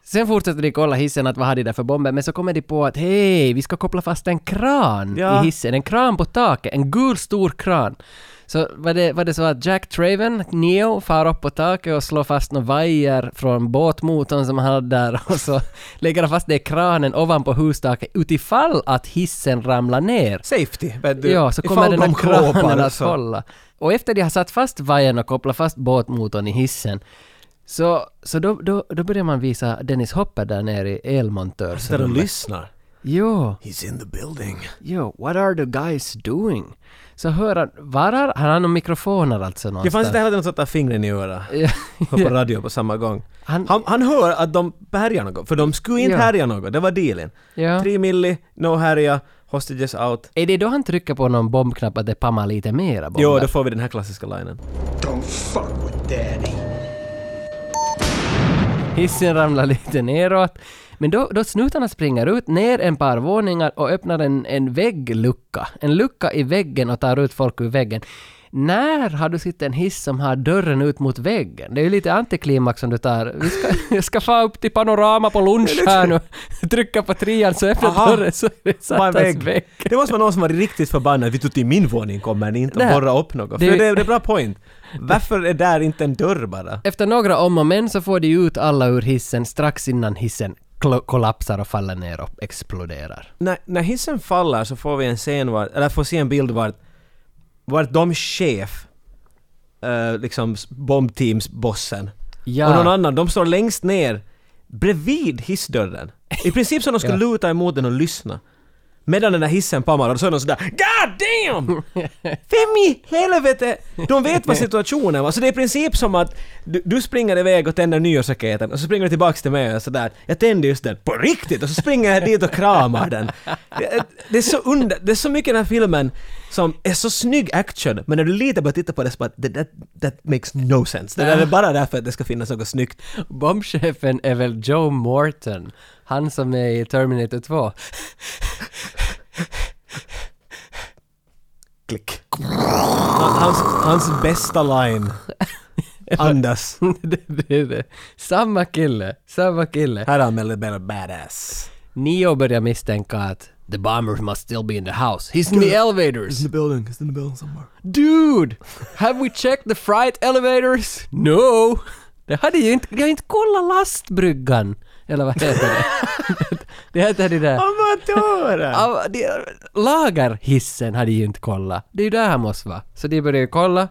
Speaker 2: sen fortsätter de kolla hissen att vad hade de där för bomber, men så kommer de på att hej, vi ska koppla fast en kran
Speaker 1: Ja.
Speaker 2: i hissen. En kran på taket, en gul stor kran. Så var det, var det så att Jack Traven, Neo, far upp på taket och slår fast några vajer från båtmotorn som han hade där och så lägger han fast det i kranen ovanpå hustaket utifall att hissen ramlar ner.
Speaker 1: Safety, vet du.
Speaker 2: Ja, så
Speaker 1: Ifall
Speaker 2: kommer den här
Speaker 1: de klåpar
Speaker 2: kranen att
Speaker 1: så-
Speaker 2: hålla. Och efter de har satt fast vajern och kopplat fast båtmotorn i hissen så, så då, då, då börjar man visa Dennis Hopper där nere i
Speaker 1: Sitter och
Speaker 2: elmontörsrummet.
Speaker 1: lyssnar.
Speaker 2: Jo,
Speaker 1: He's in the building.
Speaker 2: jo, what are the guys doing? Så hör han, var har, han har några mikrofoner alltså
Speaker 1: Det fanns
Speaker 2: någonstans?
Speaker 1: inte heller något sånt där fingren i örat.
Speaker 2: Ja,
Speaker 1: Hör på radio på samma gång.
Speaker 2: Han-
Speaker 1: Han, han, hör att de härjar något, för de skulle inte
Speaker 2: Ja.
Speaker 1: härja något, det var dealen.
Speaker 2: Ja.
Speaker 1: Tre milli, no härja, hostages out.
Speaker 2: Är det då han trycker på någon bombknapp att det pammar lite mera bomber?
Speaker 1: Jo, då får vi den här klassiska linen.
Speaker 7: Don't fuck with daddy.
Speaker 2: Hissen ramlar lite neråt. Men då, då snutarna springer ut, ner en par våningar och öppnar en, en vägglucka. En lucka i väggen och tar ut folk ur väggen. När har du sett en hiss som har dörren ut mot väggen? Det är ju lite antiklimax om du tar... Vi ska, jag ska få upp till Panorama på lunch här nu. Trycka på trean så öppnar
Speaker 1: Aha.
Speaker 2: dörren så det
Speaker 1: Bara en
Speaker 2: sattas vägg.
Speaker 1: Det måste vara någon som var riktigt förbannad. Vi tog till min våning kommer ni inte
Speaker 2: Nej.
Speaker 1: att borra upp något.
Speaker 2: Det-
Speaker 1: För det är en bra point. Varför är där inte en dörr bara?
Speaker 2: Efter några om och men så får de ut alla ur hissen strax innan hissen klo- kollapsar och faller ner och exploderar.
Speaker 1: När, när hissen faller så får vi en scen var, eller får se en bild vart, vart de chef, eh, liksom bombteamsbossen
Speaker 2: Ja.
Speaker 1: och någon annan, de står längst ner bredvid hissdörren. I princip som de skulle luta emot den och lyssna. Medan den där hissen pammar och så är någon sådär God damn! Vem i helvete? De vet vad situationen var. Så det är i princip som att du, du springer iväg och tänder nyårsraketen och så springer du tillbaks till mig och sådär Jag tände just den, på riktigt! Och så springer jag dit och kramar den. Det, det är så under, det är så mycket i den här filmen som är så snygg action men när du lite börjar titta på det så bara that, that, that makes no sense. Det där är bara därför att det ska finnas något snyggt.
Speaker 2: Bombchefen är väl Joe Morton? Han som är i Terminator 2.
Speaker 1: Klick. Hans, hans bästa line. Andas.
Speaker 2: det, det, det. Samma kille, samma kille.
Speaker 1: Här är han med lite mer badass.
Speaker 2: Neo börjar misstänka att the bomber must still be in the house. He's in the elevators.
Speaker 1: the building, it's in the building somewhere.
Speaker 2: Dude! Have we checked the freight elevators? No! Det hade ju inte... Jag har inte kollat lastbryggan. Eller vad heter det? det heter det där...
Speaker 1: Amatörer!
Speaker 2: Av- de- Lagerhissen hade ju inte kollat. Det är ju där han måste vara. Så de börjar ju kolla.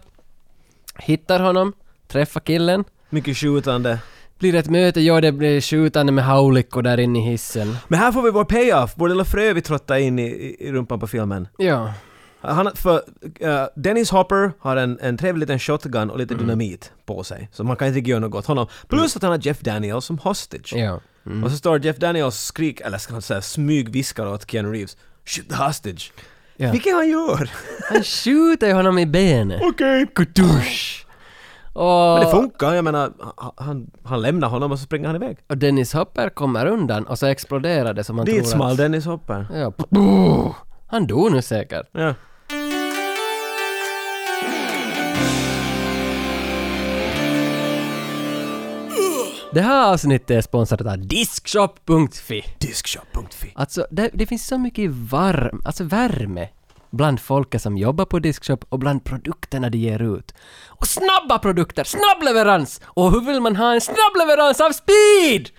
Speaker 2: Hittar honom. Träffar killen.
Speaker 1: Mycket skjutande.
Speaker 2: Blir ett möte, ja det blir skjutande med haulikor där inne i hissen.
Speaker 1: Men här får vi vår payoff. Vår lilla frö vi trottar in i, i, i rumpan på filmen.
Speaker 2: Ja.
Speaker 1: Han, för, eh, Dennis Hopper har en, en trevlig liten shotgun och lite
Speaker 2: Mm.
Speaker 1: dynamit på sig. Så man kan inte göra något åt honom. Plus att han har Jeff Daniels som hostage.
Speaker 2: Ja.
Speaker 1: Och så står Jeff Daniels och skrik, eller ska man säga smygviskar åt Keanu Reeves. Shoot the hostage.
Speaker 2: Ja.
Speaker 1: Vilket han gör!
Speaker 2: Han skjuter ju honom i benet.
Speaker 1: Okej!
Speaker 2: Kutush! Och,
Speaker 1: Men det funkar, jag menar, han- han, han lämnar honom och så springer han iväg.
Speaker 2: och Dennis Hopper kommer undan och så exploderar det som han
Speaker 1: Dit
Speaker 2: tror
Speaker 1: small
Speaker 2: att...
Speaker 1: Dennis Hopper.
Speaker 2: Ja. pff, Han dog nu säkert.
Speaker 1: Ja.
Speaker 2: Det här avsnittet är sponsrat av Diskshop.fi.
Speaker 1: Diskshop.fi.
Speaker 2: Alltså, det, det finns så mycket varm, alltså värme bland folket som jobbar på Diskshop och bland produkterna de ger ut. Och snabba produkter, snabb leverans! Och hur vill man ha en snabb leverans av speed?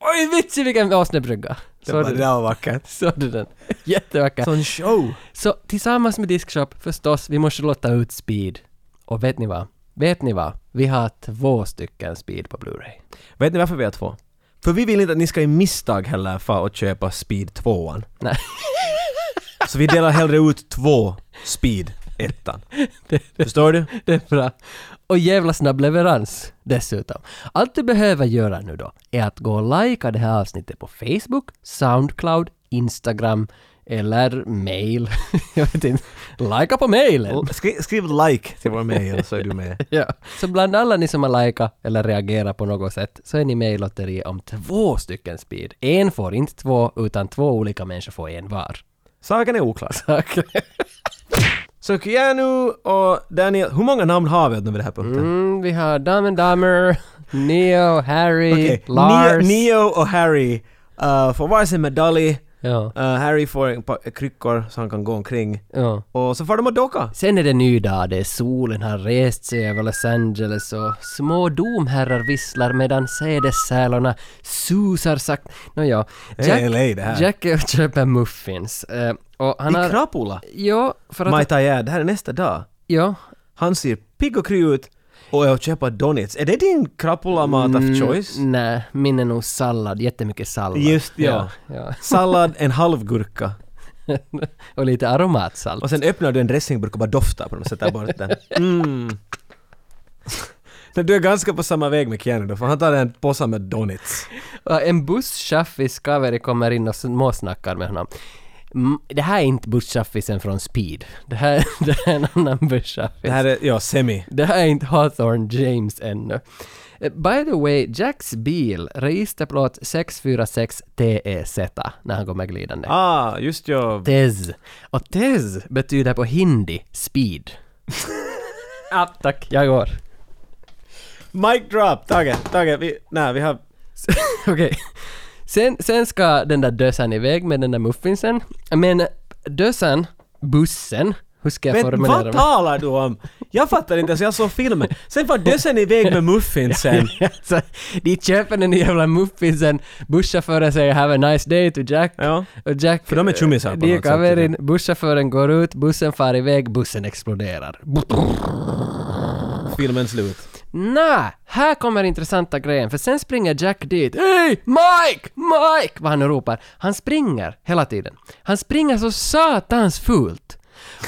Speaker 2: Oj, vitsi vilken åsnebrygga! Så du
Speaker 1: Det
Speaker 2: den?
Speaker 1: där var vackert.
Speaker 2: Så du den? Jättevacker.
Speaker 1: Sån show!
Speaker 2: Så tillsammans med Diskshop, förstås, vi måste låta ut speed. Och vet ni vad? Vet ni vad? Vi har två stycken speed på Blu-ray.
Speaker 1: Vet ni varför vi har två? För vi vill inte att ni ska i misstag heller få och köpa Speed 2
Speaker 2: Nej.
Speaker 1: Så vi delar hellre ut två Speed 1 Förstår du?
Speaker 2: Det är bra. Och jävla snabb leverans dessutom. Allt du behöver göra nu då är att gå och likea det här avsnittet på Facebook, Soundcloud, Instagram eller mail. Jag vet inte. Likea på mailen!
Speaker 1: Skri- skriv like till vår mail så är du med.
Speaker 2: Ja. Så bland alla ni som har likat eller reagerat på något sätt så är ni med i lotteriet om två stycken speed. En får inte två, utan två olika människor får en var.
Speaker 1: Saken är oklar.
Speaker 2: Tack.
Speaker 1: Så Keanu och Daniel, hur många namn har vi åtminstone vid den här punkten?
Speaker 2: Mm, vi har Dumb and Dumber, Neo, Harry,
Speaker 1: Okej,
Speaker 2: Lars.
Speaker 1: Neo, Neo och Harry uh, får varsin medalj.
Speaker 2: Ja,
Speaker 1: Eh, Harry får en par kryckor så han kan gå omkring.
Speaker 2: ja.
Speaker 1: Och så får de att docka.
Speaker 2: Sen är det ny dag, det är solen har rest sig över Los Angeles och små domherrar visslar medan sädesärlorna susar sakt... Nåja,
Speaker 1: är LA det här.
Speaker 2: Jack är och köper muffins. eh, och han
Speaker 1: I
Speaker 2: har...
Speaker 1: Krapula.
Speaker 2: Ja, för att...
Speaker 1: Might I add, det här är nästa dag.
Speaker 2: Ja.
Speaker 1: Han ser pigg och kry ut och är och köper donuts. Är det din krapulamat of choice?
Speaker 2: Nej, min är nog sallad, jättemycket sallad.
Speaker 1: Just ja.
Speaker 2: ja,
Speaker 1: Sallad, en halv gurka.
Speaker 2: ja. och lite aromatsalt.
Speaker 1: Och sen öppnar du en dressingburk och bara doftar på den och sätter bort den. Mm. Men Du är ganska på samma väg med Keanu då, för han tar en påse med donuts.
Speaker 2: Ja, En busschaffis Kaveri kommer in och småsnackar med honom. Mm, Det här är inte busschaffisen från Speed. Det här, det här är en annan busschaffis.
Speaker 1: Det här är, ja, semi.
Speaker 2: Det här är inte Hawthorne James ännu. Eh, By the way, Jacks bil, registerplåt 646 TEZ E när han kommer glidande.
Speaker 1: Ah, just ja.
Speaker 2: Tez. Och Tez betyder på hindi speed. ja, tack. Jag går.
Speaker 1: Mic drop! Tage, Tage, vi, nej vi har...
Speaker 2: Okej. Sen, sen ska den där dösan iväg med den där muffinsen. Men dösan, bussen, hur ska jag
Speaker 1: Men
Speaker 2: formulera
Speaker 1: vad
Speaker 2: mig?
Speaker 1: talar du om? Jag fattar inte ens, jag såg filmen. Sen var dösen iväg med muffinsen.
Speaker 2: alltså, de köper den jävla muffinsen, busschauffören säger “Have a nice day” to Jack.
Speaker 1: Ja.
Speaker 2: Och Jack...
Speaker 1: För de är tjummisar på
Speaker 2: De
Speaker 1: något sätt,
Speaker 2: kommer in, busschauffören går ut, bussen far iväg, bussen exploderar.
Speaker 1: Filmen slut.
Speaker 2: Nej, här kommer intressanta grejen, för sen springer Jack dit. Hej! Mike! Mike! Vad han nu ropar. Han springer hela tiden. Han springer så satans fult.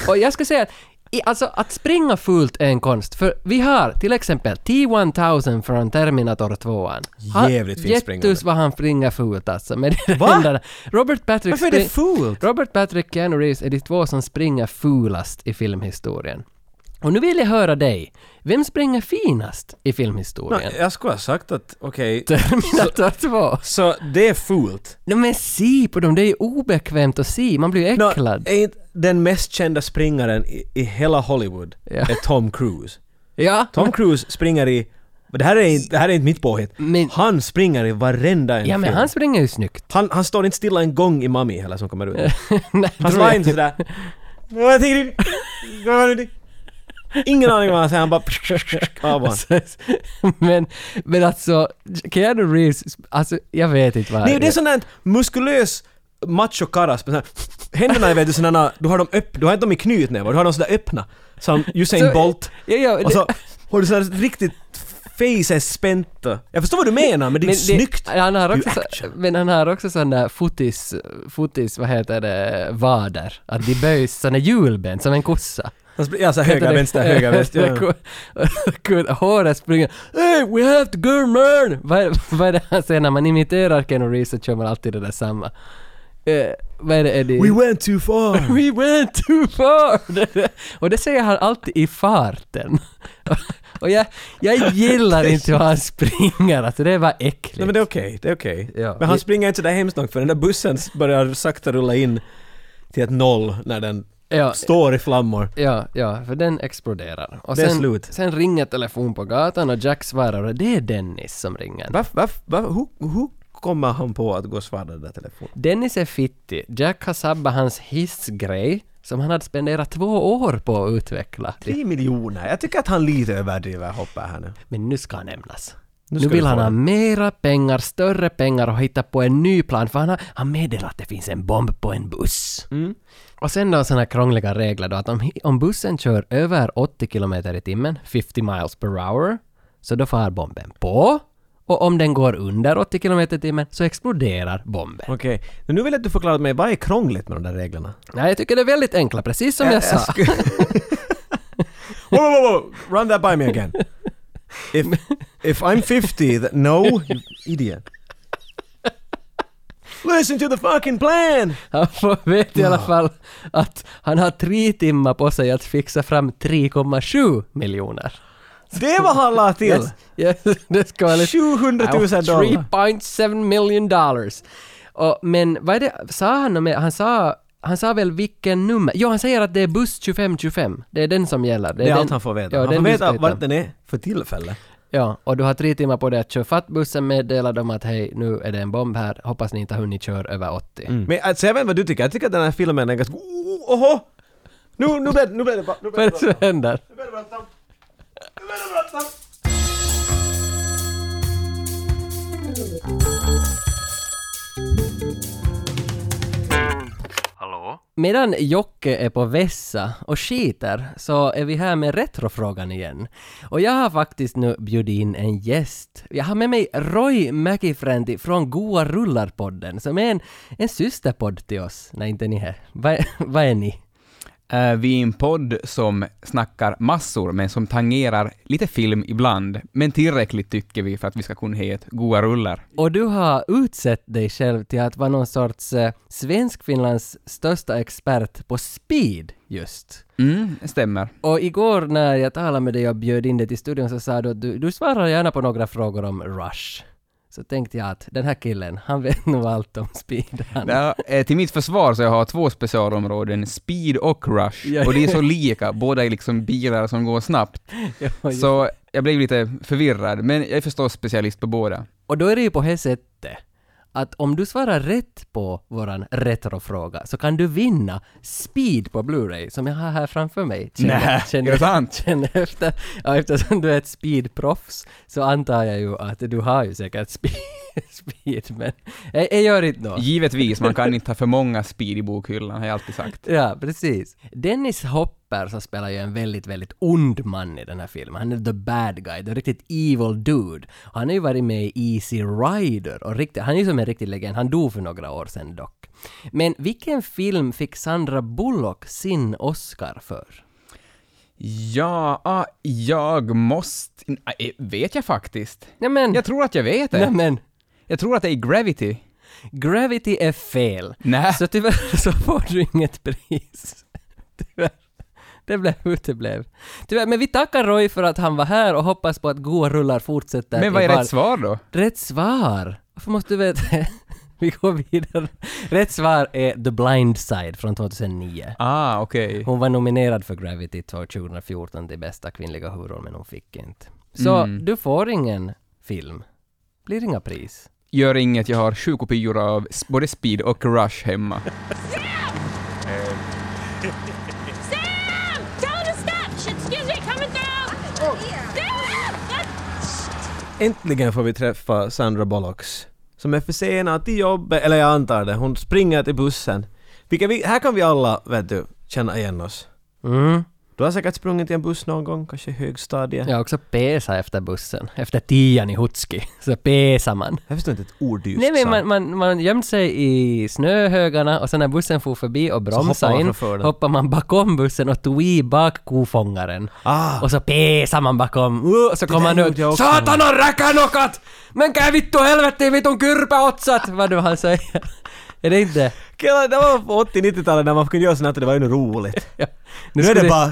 Speaker 2: Och jag ska säga att i, alltså att springa fult är en konst, för vi har till exempel T-1000 från Terminator 2. Han-
Speaker 1: Jävligt fint springande.
Speaker 2: Jettus vad han springer fult alltså med de där händerna. Robert Patrick
Speaker 1: Varför är det
Speaker 2: spring-
Speaker 1: fult?
Speaker 2: Robert Patrick Keanu Reeves är de två som springer fulast i filmhistorien. Och nu vill jag höra dig. Vem springer finast i filmhistorien?
Speaker 1: Jag skulle ha sagt att okej,
Speaker 2: Terminator 2.
Speaker 1: så det är fult.
Speaker 2: No, men se på dem, det är obekvämt att se. Man blir
Speaker 1: Nå, eh,
Speaker 2: äcklad.
Speaker 1: är inte den mest kända springaren i, i hela Hollywood
Speaker 2: Ja.
Speaker 1: är Tom Cruise.
Speaker 2: ja,
Speaker 1: Tom Cruise springer i... men Det här är inte, det här är inte mitt påhitt.
Speaker 2: Men-
Speaker 1: han springer i varenda en
Speaker 2: ja, men
Speaker 1: film.
Speaker 2: han springer ju snyggt.
Speaker 1: han, han står inte stilla en gång i Mami heller som kommer ut.
Speaker 2: Nej,
Speaker 1: Han
Speaker 2: tror jag
Speaker 1: svarar inte
Speaker 2: inte.
Speaker 1: sådär... Jag tänker inte- Ingen aning vad han säger, han bara... Av honom.
Speaker 2: Alltså, men, men alltså, Keanu Reeves, alltså jag vet inte vad
Speaker 1: Nej, det är sån där muskulös macho karas med sån här, händerna är vet du sådana, du har dem öppna, du har inte dem i knytnävar, du har dem sådär öppna. Som Usain
Speaker 2: Så-
Speaker 1: Bolt.
Speaker 2: Ja, ja,
Speaker 1: och så
Speaker 2: det-
Speaker 1: har du sådär riktigt, face är spänt och- Jag förstår vad du menar men det är
Speaker 2: Men
Speaker 1: snyggt.
Speaker 2: Han har
Speaker 1: Det är
Speaker 2: också, så,
Speaker 1: action.
Speaker 2: men han har också sådana fotis, fotis, vad heter det, vader. Att de böjs sådana hjulben som en kossa.
Speaker 1: Han sp- Ja, så här höger, vänster, höger, vänster. Ja.
Speaker 2: ja. Håret springer. Hey, we have to go man! Vad är, vad är det han säger när man imiterar Keanu Reeves så kör man alltid det där samma. Eh, vad är det, är det?
Speaker 1: We went too far.
Speaker 2: We went too far! Det- Och det säger han alltid i farten. Och jag, jag gillar inte hur han springer, alltså det var äckligt.
Speaker 1: Nej men det är okej, det är okej.
Speaker 2: Ja.
Speaker 1: Men han springer inte sådär hemskt långt för den där bussen börjar sakta rulla in till ett noll när den
Speaker 2: Ja.
Speaker 1: står i flammor.
Speaker 2: Ja, ja, för den exploderar. Och
Speaker 1: Det är
Speaker 2: sen,
Speaker 1: slut.
Speaker 2: sen ringer telefon på gatan och Jack svarar och det är Dennis som ringer.
Speaker 1: Varf, varf, varf, hur, hur kommer han på att gå och svara den där telefonen?
Speaker 2: Dennis är fittig. Jack har sabbat hans hissgrej som han hade spenderat två år på att utveckla.
Speaker 1: Tre miljoner. Jag tycker att han lite överdriver hoppet här nu.
Speaker 2: Men nu ska han nämnas.
Speaker 1: Nu
Speaker 2: Nu,
Speaker 1: ska
Speaker 2: vill
Speaker 1: du få
Speaker 2: han ha
Speaker 1: det.
Speaker 2: mera pengar, större pengar och hitta på en ny plan för han har han meddelar att det finns en bomb på en buss.
Speaker 1: Mm.
Speaker 2: Och sen då sådana krångliga regler då att om, om bussen kör över 80 km i timmen, 50 miles per hour, så då far bomben på. Och om den går under 80 km i timmen så exploderar bomben.
Speaker 1: Okej, men nu vill jag att du förklarar mig, vad är krångligt med de där reglerna?
Speaker 2: Nej, jag tycker det är väldigt enkla, precis som jag, sa.
Speaker 1: Whoa, whoa, whoa, whoa. Run that by me again. If, if I'm 50, th- no, you idiot. Listen to the fucking plan!
Speaker 2: Han får vet i alla fall att han har tre timmar på sig att fixa fram 3,7 miljoner.
Speaker 1: Det var han la till!
Speaker 2: Yes, yes, det ska vara lite...
Speaker 1: 700 000 dollar.
Speaker 2: 3.7 million dollars. Och, men vad är det, sa han något mer? Han sa, han sa väl vilken nummer? Jo, han säger att det är buss 2525. Det är den som gäller.
Speaker 1: Det är
Speaker 2: den,
Speaker 1: allt han får veta.
Speaker 2: Ja,
Speaker 1: han
Speaker 2: den
Speaker 1: får
Speaker 2: du ska
Speaker 1: veta
Speaker 2: hitta.
Speaker 1: vart den är för tillfället.
Speaker 2: Ja, och du har tre timmar på dig att köra fatt bussen, meddela dem att hej, nu är det en bomb här, hoppas ni inte har hunnit köra över 80.
Speaker 1: Men alltså, jag vet inte vad du tycker, jag tycker att den här filmen är ganska... Oh, Oho! Nu, nu blev nu blev det bara... Nu
Speaker 2: Vad
Speaker 1: blev
Speaker 2: är
Speaker 1: det
Speaker 2: det
Speaker 1: bra.
Speaker 2: som händer? Medan Jocke är på vässa och skiter så är vi här med retrofrågan igen. Och jag har faktiskt nu bjudit in en gäst. Jag har med mig Roy McIfranti från Goa Rullar-podden som är en, en systerpodd till oss. Nej, inte ni här. Vad vad är ni?
Speaker 11: Eh, Vi är en podd som snackar massor, men som tangerar lite film ibland. Men tillräckligt tycker vi för att vi ska kunna heta goa rullar.
Speaker 2: Och du har utsett dig själv till att vara någon sorts eh, svensk-finlands största expert på speed just.
Speaker 11: Mm, stämmer.
Speaker 2: Och igår när jag talade med dig och bjöd in dig till studion så sa du att du, du svarar gärna på några frågor om Rush. Så tänkte jag att den här killen, han vet nog allt om speed. Han.
Speaker 11: Ja, eh, till mitt försvar så jag har jag två specialområden, speed och rush.
Speaker 2: Ja.
Speaker 11: Och det är så lika, båda är liksom bilar som går snabbt.
Speaker 2: Ja, ju-
Speaker 11: Så jag blev lite förvirrad, men jag är förstås specialist på båda.
Speaker 2: Och då är det ju på det sättet att om du svarar rätt på våran retrofråga så kan du vinna Speed på Blu-ray som jag har här framför mig.
Speaker 11: Nä, är det sant?
Speaker 2: känner efter, ja, eftersom du är ett speedproffs så antar jag ju att du har ju säkert speed, speed men jag, jag gör inte något.
Speaker 11: Givetvis, man kan inte ha för många speed i bokhyllan, har jag alltid sagt.
Speaker 2: Ja, precis. Dennis Hopp Pepper så spelar ju en väldigt, väldigt ond man i den här filmen. Han är the bad guy, the riktigt evil dude. Och han har ju varit med i Easy Rider och riktigt, han är ju som en riktig legend. Han dog för några år sedan dock. Men vilken film fick Sandra Bullock sin Oscar för?
Speaker 11: Ja, ah, jag måste... eh, Vet jag faktiskt?
Speaker 2: Nämen.
Speaker 11: Jag tror att jag vet det.
Speaker 2: Nämen.
Speaker 11: Jag tror att det är Gravity.
Speaker 2: Gravity är fel.
Speaker 11: Nä.
Speaker 2: Så tyvärr så får du inget pris. Tyvärr. Det blev hur det blev. Tyvärr, men vi tackar Roy för att han var här och hoppas på att goa rullar fortsätter.
Speaker 11: Men
Speaker 2: i
Speaker 11: vad är
Speaker 2: var-
Speaker 11: rätt svar då?
Speaker 2: Rätt svar? Varför måste du veta? vi går vidare. Rätt svar är The Blind Side från 2009.
Speaker 11: Ah, okej.
Speaker 2: Hon var nominerad för Gravity 2014 till bästa kvinnliga huvudroll, men hon fick inte. Så
Speaker 11: Mm.
Speaker 2: du får ingen film. Blir inga pris.
Speaker 11: Gör inget, jag har sju kopior av s- både Speed och Rush hemma.
Speaker 3: Sam! Tell him to stop! Shit, excuse me, coming through! Sam!
Speaker 1: Äntligen får vi träffa Sandra Bollocks. Som är försenad till jobbet, eller jag antar det, hon springer till bussen. Vilka vi, här kan vi alla, vet du, känna igen oss.
Speaker 2: Mm.
Speaker 1: Du har säkert sprungit i en buss någon gång, kanske i högstadiet.
Speaker 2: Jag har också pesat efter bussen. Efter tian i Hutski så pesar man.
Speaker 1: Jag förstår inte ett ord du just
Speaker 2: Nej men
Speaker 1: sa.
Speaker 2: man, man, man gömde sig i snöhögarna och sen när bussen for förbi och bromsade
Speaker 1: man
Speaker 2: in
Speaker 1: framför den.
Speaker 2: hoppade man bakom bussen och tog i bak kofångaren.
Speaker 1: Ah.
Speaker 2: Och så pesade man bakom Uh, och så kom
Speaker 1: där
Speaker 2: han ut.
Speaker 1: gjorde jag också.
Speaker 2: Satan och räkanokat! Men käy vittu helvetti vitun kyrpä otsat! Vad nu han säger. Är det inte?
Speaker 1: Killar, det var på 80-90-talet när man kunde göra sånt här och det var ju roligt.
Speaker 2: Ja.
Speaker 1: Nu är det
Speaker 2: skulle-
Speaker 1: bara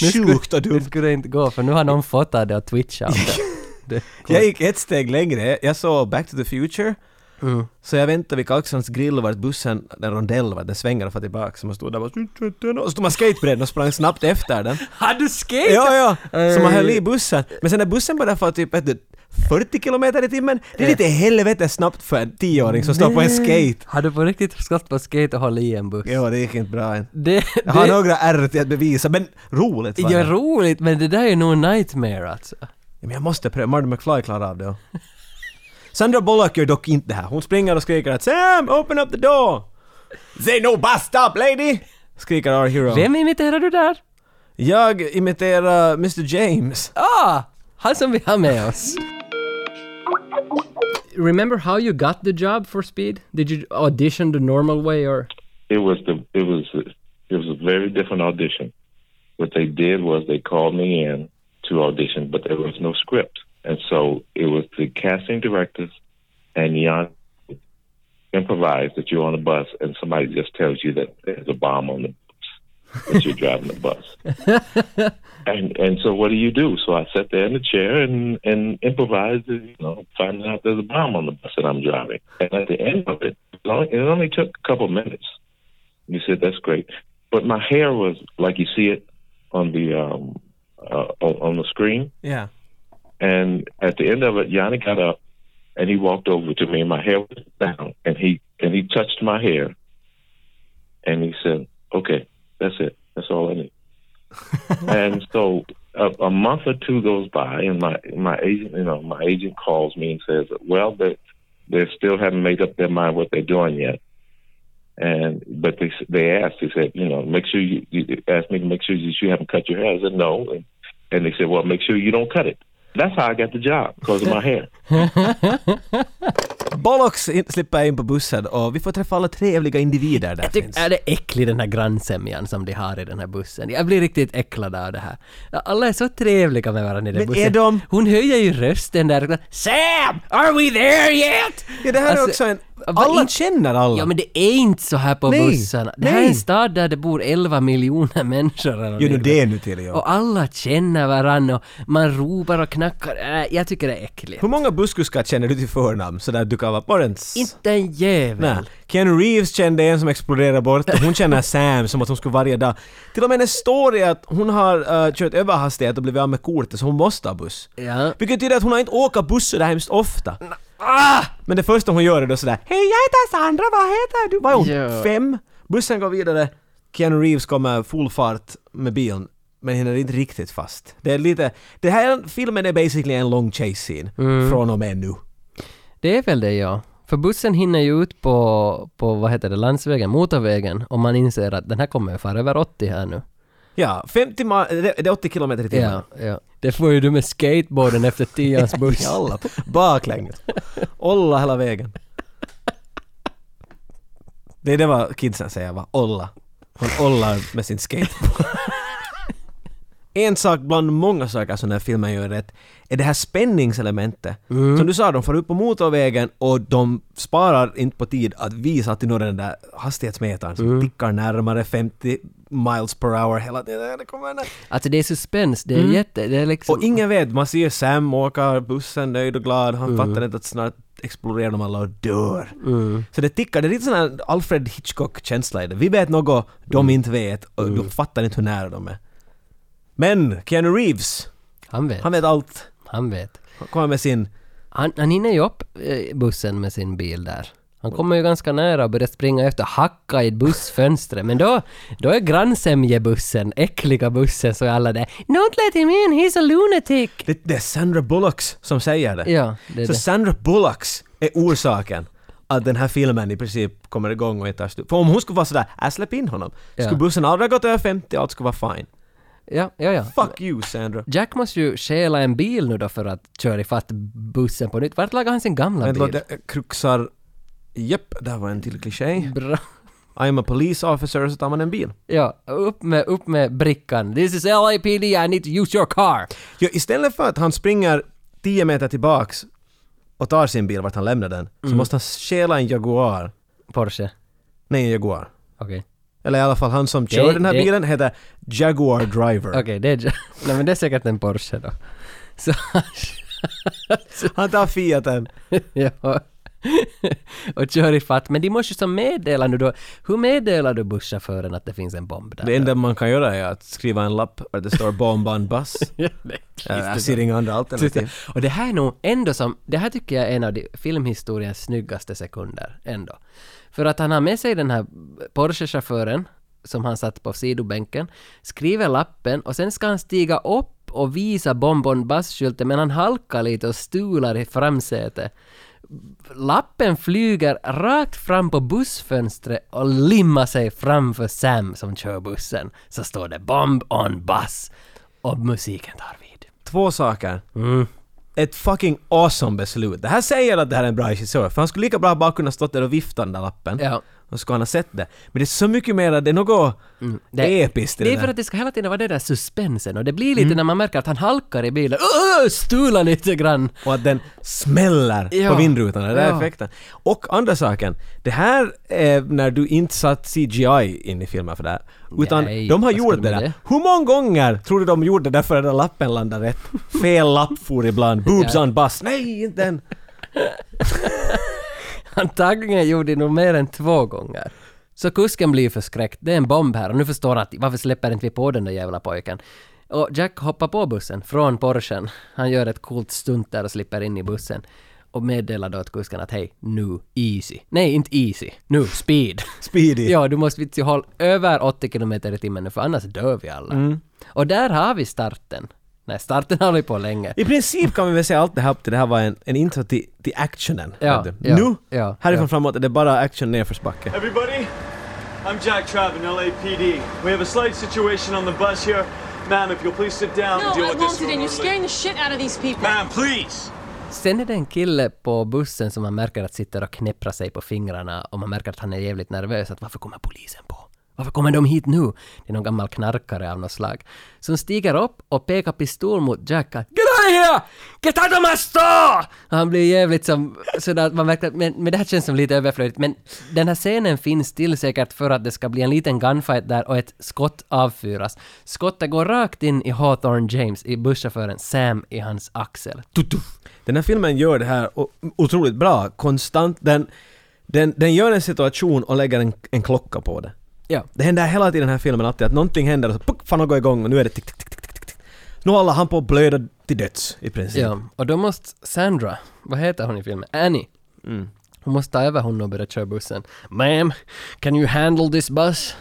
Speaker 2: nu skulle-
Speaker 1: sjukt och
Speaker 2: Nu
Speaker 1: dumt.
Speaker 2: skulle det inte gå för nu har någon fotat det och twitchat om det. det.
Speaker 1: Jag gick ett steg längre. Jag- Jag såg Back to the Future.
Speaker 2: Mm.
Speaker 1: Så jag väntade vid Kalksands grill vart bussen, den rondell vart den svänger och far tillbaka. Så man stod där och bara... Och så tog man skatebrädan och sprang snabbt efter den.
Speaker 2: Har du skate?
Speaker 1: Ja, ja. Så man höll i bussen. Men sen när bussen började få typ vet du, 40 kilometer i timmen, det är lite helvete snabbt för en tioåring som står på en skate.
Speaker 2: Eh, Har du på riktigt skott på skate och hållit i en buss?
Speaker 1: Ja, det gick inte bra än.
Speaker 2: Det,
Speaker 1: Jag har
Speaker 2: det,
Speaker 1: några ärr till att bevisa, men roligt var
Speaker 2: ja,
Speaker 1: det.
Speaker 2: roligt, men det där är nog en nightmare alltså.
Speaker 1: Ja, Men jag måste pröva, Marty McFly klarar av det. ja. Sandra Bullock gör dock inte det här. Hon springer och skriker att Sam, open up the door! They no bus stop lady! Skriker our hero.
Speaker 2: Vem imiterar du där?
Speaker 1: Jag imiterar Mr James.
Speaker 2: Ah! Han som vi har med oss. Remember how you got the job for Speed? Did you audition the normal way or?
Speaker 5: It was the it was it was a very different audition. What they did was they called me in to audition, but there was no script, and so it was the casting directors and Jan improvised that you're on a bus and somebody just tells you that there's a bomb on the bus that you're driving the bus. And and so what do you do? So I sat there in the chair and and improvised, you know, finding out there's a bomb on the bus that I'm driving. And at the end of it, it only, it only took a couple minutes. You said that's great, but my hair was like you see it on the um uh, on on the screen.
Speaker 1: Yeah.
Speaker 5: And at the end of it, Yanni got up and he walked over to me, and my hair was down, and he and he touched my hair, and he said, "Okay, that's it. That's all I need." and so a, a month or two goes by, and my my agent, you know, my agent calls me and says, "Well, they they still haven't made up their mind what they're doing yet." And but they they asked. They said, you know, make sure you, you asked me to make sure that you haven't cut your hair. I said no, and, and they said, well, make sure you don't cut it. That's how I got the job because of my hair.
Speaker 1: Bollocks in, slipper in på bussen och vi får träffa alla trevliga individer där
Speaker 2: Jag tycker-
Speaker 1: finns.
Speaker 2: är det äcklig den här grannsämjan som de har i den här bussen? Jag blir riktigt äcklad av det här. Alla är så trevliga med varandra i den
Speaker 1: Men
Speaker 2: bussen.
Speaker 1: är de-
Speaker 2: Hon höjer ju rösten där. Sam! Are we there yet?
Speaker 1: Ja, det här
Speaker 2: Alltså,
Speaker 1: är också en...
Speaker 2: vad
Speaker 1: Alla
Speaker 2: in-
Speaker 1: känner alla.
Speaker 2: Ja men det är inte så här på
Speaker 1: Nej,
Speaker 2: bussarna. Det här är
Speaker 1: nej.
Speaker 2: en stad där det bor 11 miljoner människor. eller
Speaker 1: Gör nu
Speaker 2: något.
Speaker 1: det nu till ja.
Speaker 2: Och alla känner varandra och man ropar och knackar. Äh, jag tycker det är äckligt.
Speaker 1: Hur många busskuskar känner du till förnamn sådär du kan vara morgens?
Speaker 2: Inte en jävel.
Speaker 1: Nej. Keanu Reeves kände en som exploderade bort och hon känner Sam som att hon skulle varje dag. Till och med hennes story är att hon har eh, kört överhastighet och blivit av med kortet så hon måste ha buss.
Speaker 2: Ja.
Speaker 1: Vilket betyder att hon har inte åkt buss sådär hemskt ofta.
Speaker 2: Ah!
Speaker 1: Men det första hon gör är då sådär Hej jag heter Sandra, vad heter du? Vad är hon?
Speaker 2: Ja.
Speaker 1: Fem? Bussen går vidare, Keanu Reeves kommer full fart med bilen men hinner inte riktigt fast. Det är lite... Det här filmen är basically en lång chase scene
Speaker 2: Mm.
Speaker 1: från och med nu.
Speaker 2: Det är väl det ja. För bussen hinner ju ut på, på vad heter det, landsvägen, motorvägen och man inser att den här kommer ju fara över 80 här nu.
Speaker 1: Ja, 50 ma- det det är 80 kilometer i timmen.
Speaker 2: Ja, ja. Mm. Det får ju du med skateboarden efter tians buss.
Speaker 1: Jalla, baklänges. Olla hela vägen. Det är det vad kidsen säger va? Olla. Hon ollar med sin skateboard. En sak bland många saker som den här filmen gör rätt är det här spänningselementet. Som du sa, de får upp på motorvägen och de sparar inte på tid att visa till någon den där hastighetsmätaren som tickar närmare 50 miles per hour hela tiden. Det kommer en-
Speaker 2: Alltså det är suspens, det är jätte... Det är liksom...
Speaker 1: och ingen vet, man ser Sam åka bussen nöjd och glad, han
Speaker 2: Mm.
Speaker 1: fattar inte att snart exploderar de alla och dör. Så det tickar, det är lite sån här Alfred Hitchcock-känsla i det. Vi vet något de
Speaker 2: Mm.
Speaker 1: inte vet och de fattar inte hur nära de är. Men Keanu Reeves,
Speaker 2: Han vet.
Speaker 1: han vet allt.
Speaker 2: Han vet.
Speaker 1: Han kommer med sin...
Speaker 2: Han, han hinner ju upp eh, bussen med sin bil där. Han kommer ju ganska nära och börjar springa efter, hacka i bussfönstret. Men då, då är grannsämjebussen, äckliga bussen, så är alla där “Don't let him in, he's a lunatic!”
Speaker 1: Det, det är Sandra Bullocks som säger det.
Speaker 2: Ja, det är
Speaker 1: Så
Speaker 2: det.
Speaker 1: Sandra Bullocks är orsaken att den här filmen i princip kommer igång och inte tar slut. För om hon skulle vara sådär “Äh, släpp in honom”,
Speaker 2: Ja.
Speaker 1: skulle bussen aldrig ha gått över 50 allt skulle vara fine.
Speaker 2: Ja, ja, ja.
Speaker 1: Fuck you Sandra.
Speaker 2: Jack måste ju stjäla en bil nu då för att köra ifatt bussen på nytt. Vart lagar han sin gamla
Speaker 1: Men
Speaker 2: bil?
Speaker 1: låt det kruxar... Japp, där var en till kliché.
Speaker 2: Bra.
Speaker 1: I'm a police officer, så tar man en bil.
Speaker 2: Ja, upp med, upp med brickan. “This is LAPD, I need to use your car!”
Speaker 1: Ja, istället för att han springer 10 meter tillbaks och tar sin bil vart han lämnar den, så måste han stjäla en Jaguar.
Speaker 2: Porsche.
Speaker 1: Nej, en Jaguar.
Speaker 2: Okej.
Speaker 1: Eller i alla fall han som kör den här
Speaker 2: det-
Speaker 1: bilen heter Jaguar Driver.
Speaker 2: Okej, det är... Nej men det är säkert en Porsche då. Så
Speaker 1: Han tar Fiaten.
Speaker 2: ja. och kör i fatt. Men de måste ju som meddela nu då. Hur meddelar du busschauffören att det finns en bomb där?
Speaker 1: Det enda man kan göra är att skriva en lapp där det står bomb on bus.
Speaker 2: Ja, det är
Speaker 1: Ja, Jag
Speaker 2: konstigt.
Speaker 1: ser inga andra alternativ.
Speaker 2: Och det här är nog ändå som, det här tycker jag är en av de filmhistoriens snyggaste sekunder ändå. För att han har med sig den här Porsche-chauffören som han satt på sidobänken, skriver lappen och sen ska han stiga upp och visa Bonbon Bass-skylten men han halkar lite och stular i framsätet. Lappen flyger rakt fram på bussfönstret och limmar sig framför Sam som kör bussen. Så står det “Bomb on bus” och musiken tar vid.
Speaker 1: Två saker.
Speaker 2: Mm.
Speaker 1: Ett fucking awesome beslut. Det här säger att det här är en bra regissör, för han skulle lika bra bara kunna stått där och viftat den där lappen.
Speaker 2: Ja.
Speaker 1: Och så skulle han ha sett det. Men det är så mycket mer, det är något episkt i
Speaker 2: Mm. Det Mm. är
Speaker 1: där.
Speaker 2: för att det ska hela tiden vara den där suspensen och det blir lite när man märker att han halkar i bilen. Öh, Stular lite grann.
Speaker 1: och att den smäller
Speaker 2: Ja.
Speaker 1: på vindrutan, det är
Speaker 2: Ja.
Speaker 1: effekten. Och andra saken, det här är när du inte satt CGI in i filmen för det här. Utan
Speaker 2: Nej,
Speaker 1: de har
Speaker 2: vad ska
Speaker 1: gjort
Speaker 2: de
Speaker 1: det där.
Speaker 2: med det?
Speaker 1: Hur många gånger tror du de gjorde det där för den där lappen landade rätt? Fel lapp for ibland. Boobs
Speaker 2: Ja.
Speaker 1: on bus. Nej, inte den!
Speaker 2: Antagligen gjorde det nog mer än två gånger. Så kusken blir förskräckt. Det är en bomb här och nu förstår han att varför släpper inte vi på den där jävla pojken? Och Jack hoppar på bussen från Porschen. Han gör ett coolt stunt där och slipper in i bussen. Och meddelar då åt kusken att hej, nu easy. Nej, inte easy. Nu speed.
Speaker 1: Speedy.
Speaker 2: Ja, du måste vitsi hålla över 80 km i timmen nu för annars dör vi alla. Och där har vi starten. Nej, starten har vi på länge.
Speaker 1: I princip kan vi väl säga allt det här upp till det här var en, en intro till, till actionen.
Speaker 2: Ja,
Speaker 1: vet du.
Speaker 2: ja,
Speaker 1: nu,
Speaker 2: ja,
Speaker 1: härifrån
Speaker 2: ja.
Speaker 1: framåt är det bara action nedförsbacke.
Speaker 12: Everybody, I'm Jack Travin, LAPD. We have a slight situation on the bus here. Ma'am, if you'll please sit down
Speaker 3: No,
Speaker 12: and deal
Speaker 3: I
Speaker 12: with this.
Speaker 3: won't, and you're scaring the shit out of these people.
Speaker 12: Ma'am, please.
Speaker 2: Sen är det en kille på bussen som man märker att sitter och knäpprar sig på fingrarna och man märker att han är jävligt nervös. Att varför kommer polisen på? Varför kommer de hit nu? Det är någon gammal knarkare av något slag. Som stiger upp och pekar pistol mot Jack. att, Get out of here! Get out of my store! Och han blir jävligt som sådär att man märker att men, men det här känns som lite överflödigt. Men den här scenen finns till säkert för att det ska bli en liten gunfight där och ett skott avfyras. Skottet går rakt in i Hawthorne James, i busschauffören Sam, i hans axel. Tutuff.
Speaker 1: Den här filmen gör det här o- otroligt bra, konstant. Den, den, den gör en situation och lägger en, en klocka på det.
Speaker 2: Ja.
Speaker 1: Det händer hela tiden i den här filmen alltid att någonting händer och så puck, fan, han går igång och nu är det tick, tick, tick, tick, tick, tick. Nu håller han på att blöda till döds i princip.
Speaker 2: Ja, och då måste Sandra, vad heter hon i filmen? Annie.
Speaker 1: Mm.
Speaker 2: Hon måste ta över honom och börja köra bussen. Ma'am, can you handle this bus?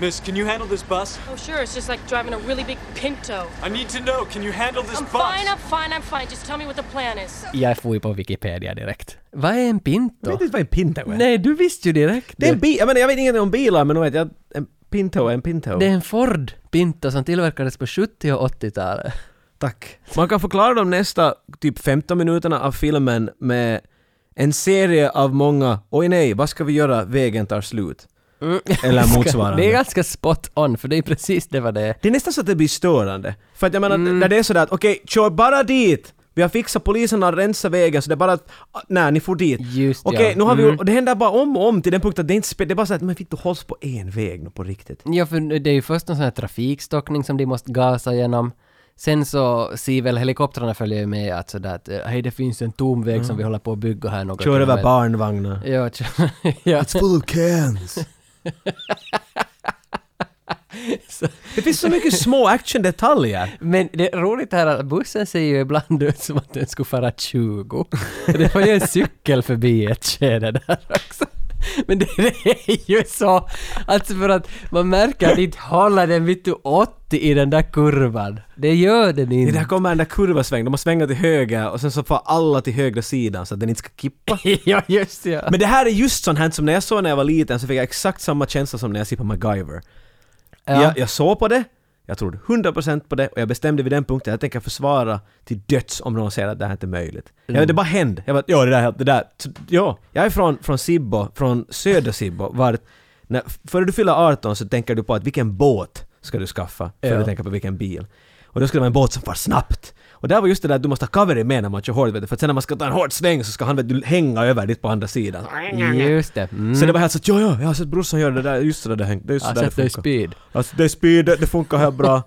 Speaker 12: Miss, can you handle this bus?
Speaker 3: Oh, sure, it's just like driving a really big pinto.
Speaker 12: I need to know, can you handle this
Speaker 3: I'm
Speaker 12: bus?
Speaker 3: fine, I'm fine, I'm fine. Just tell me what the plan is.
Speaker 2: Jag får ju på Wikipedia direkt. Vad är en
Speaker 1: Jag
Speaker 2: pinto?
Speaker 1: vet inte vad en pinta är.
Speaker 2: Nej, du visste ju direkt.
Speaker 1: Det är en bil, jag menar jag vet ingenting om bilar men nu vet jag att en Pinto är en Pinto.
Speaker 2: Det är en Ford Pinto som tillverkades på 70 och 80-talet.
Speaker 1: Tack. Man kan förklara de nästa typ 15 minuterna av filmen med en serie av många oj nej, vad ska vi göra, vägen tar slut.
Speaker 2: Mm.
Speaker 1: Eller motsvarande.
Speaker 2: Det är ganska spot on, för det är precis det vad det är.
Speaker 1: Det är nästan så att det blir störande. För att jag menar,
Speaker 2: Mm.
Speaker 1: när det är sådär att okej, kör bara dit! Vi har fixat polisen har rensat vägen så det är bara att, ah, nej ni får dit.
Speaker 2: Just
Speaker 1: Okej,
Speaker 2: ja.
Speaker 1: nu har vi,
Speaker 2: Mm.
Speaker 1: och det händer bara om och om till den punkten att det inte spelar, det är bara såhär att men fick du hålls på en väg nu på riktigt.
Speaker 2: Ja, för det är ju först en sån här trafikstockning som de måste gasa igenom. Sen så ser väl helikoptrarna följer ju med att sådär att eh, hej det finns en tom väg som
Speaker 1: Mm.
Speaker 2: vi håller på att bygga här några
Speaker 1: Kör över
Speaker 2: kilometer."
Speaker 1: barnvagnar.
Speaker 2: Ja, kör, ja.
Speaker 4: It's full of cans.
Speaker 2: Så-
Speaker 1: Det finns så mycket små actiondetaljer.
Speaker 2: Men det är roligt här att bussen ser ju ibland ut som att den skulle fara 20. Det var ju en cykel förbi ett skede där också. Men det, det är ju så, alltså för att man märker att inte håller den vid du 80 i den där kurvan. Det gör den
Speaker 1: Det
Speaker 2: inte.
Speaker 1: där kommer den där kurvasvängen, de har svängat till höger och sen så får alla till högra sidan så att den inte ska kippa.
Speaker 2: ja, just det, ja.
Speaker 1: Men det här är just sånt här som när jag såg när jag var liten så fick jag exakt samma känsla som när jag ser på MacGyver.
Speaker 2: Ja.
Speaker 1: Jag, jag såg på det, jag trodde 100% på det och jag bestämde vid den punkten att jag tänker försvara till döds om någon säger att det här inte är möjligt.
Speaker 2: Mm.
Speaker 1: Jag, det bara hände. Jag bara, ja det där, det där. Så, Ja, jag är från, från Sibbo, från södra Sibbo, vart, när, före du fyller 18 så tänker du på att vilken båt ska du skaffa, före
Speaker 2: Ja.
Speaker 1: du tänker på vilken bil. Och då skulle det vara en båt som far snabbt. Och där var just det där att du måste ha cover med när man kör hårt, vet du, för att sen när man ska ta en hård sväng så ska han vet du, hänga över dit på andra sidan.
Speaker 2: Just det. Mm.
Speaker 1: Så det var helt så att ja, ja, jag har sett brorsan göra det där, just det där, det, det är just
Speaker 2: Ja,
Speaker 1: så där det
Speaker 2: sätt dig i
Speaker 1: funkar.
Speaker 2: speed.
Speaker 1: Alltså det är speed, det, det funkar här bra.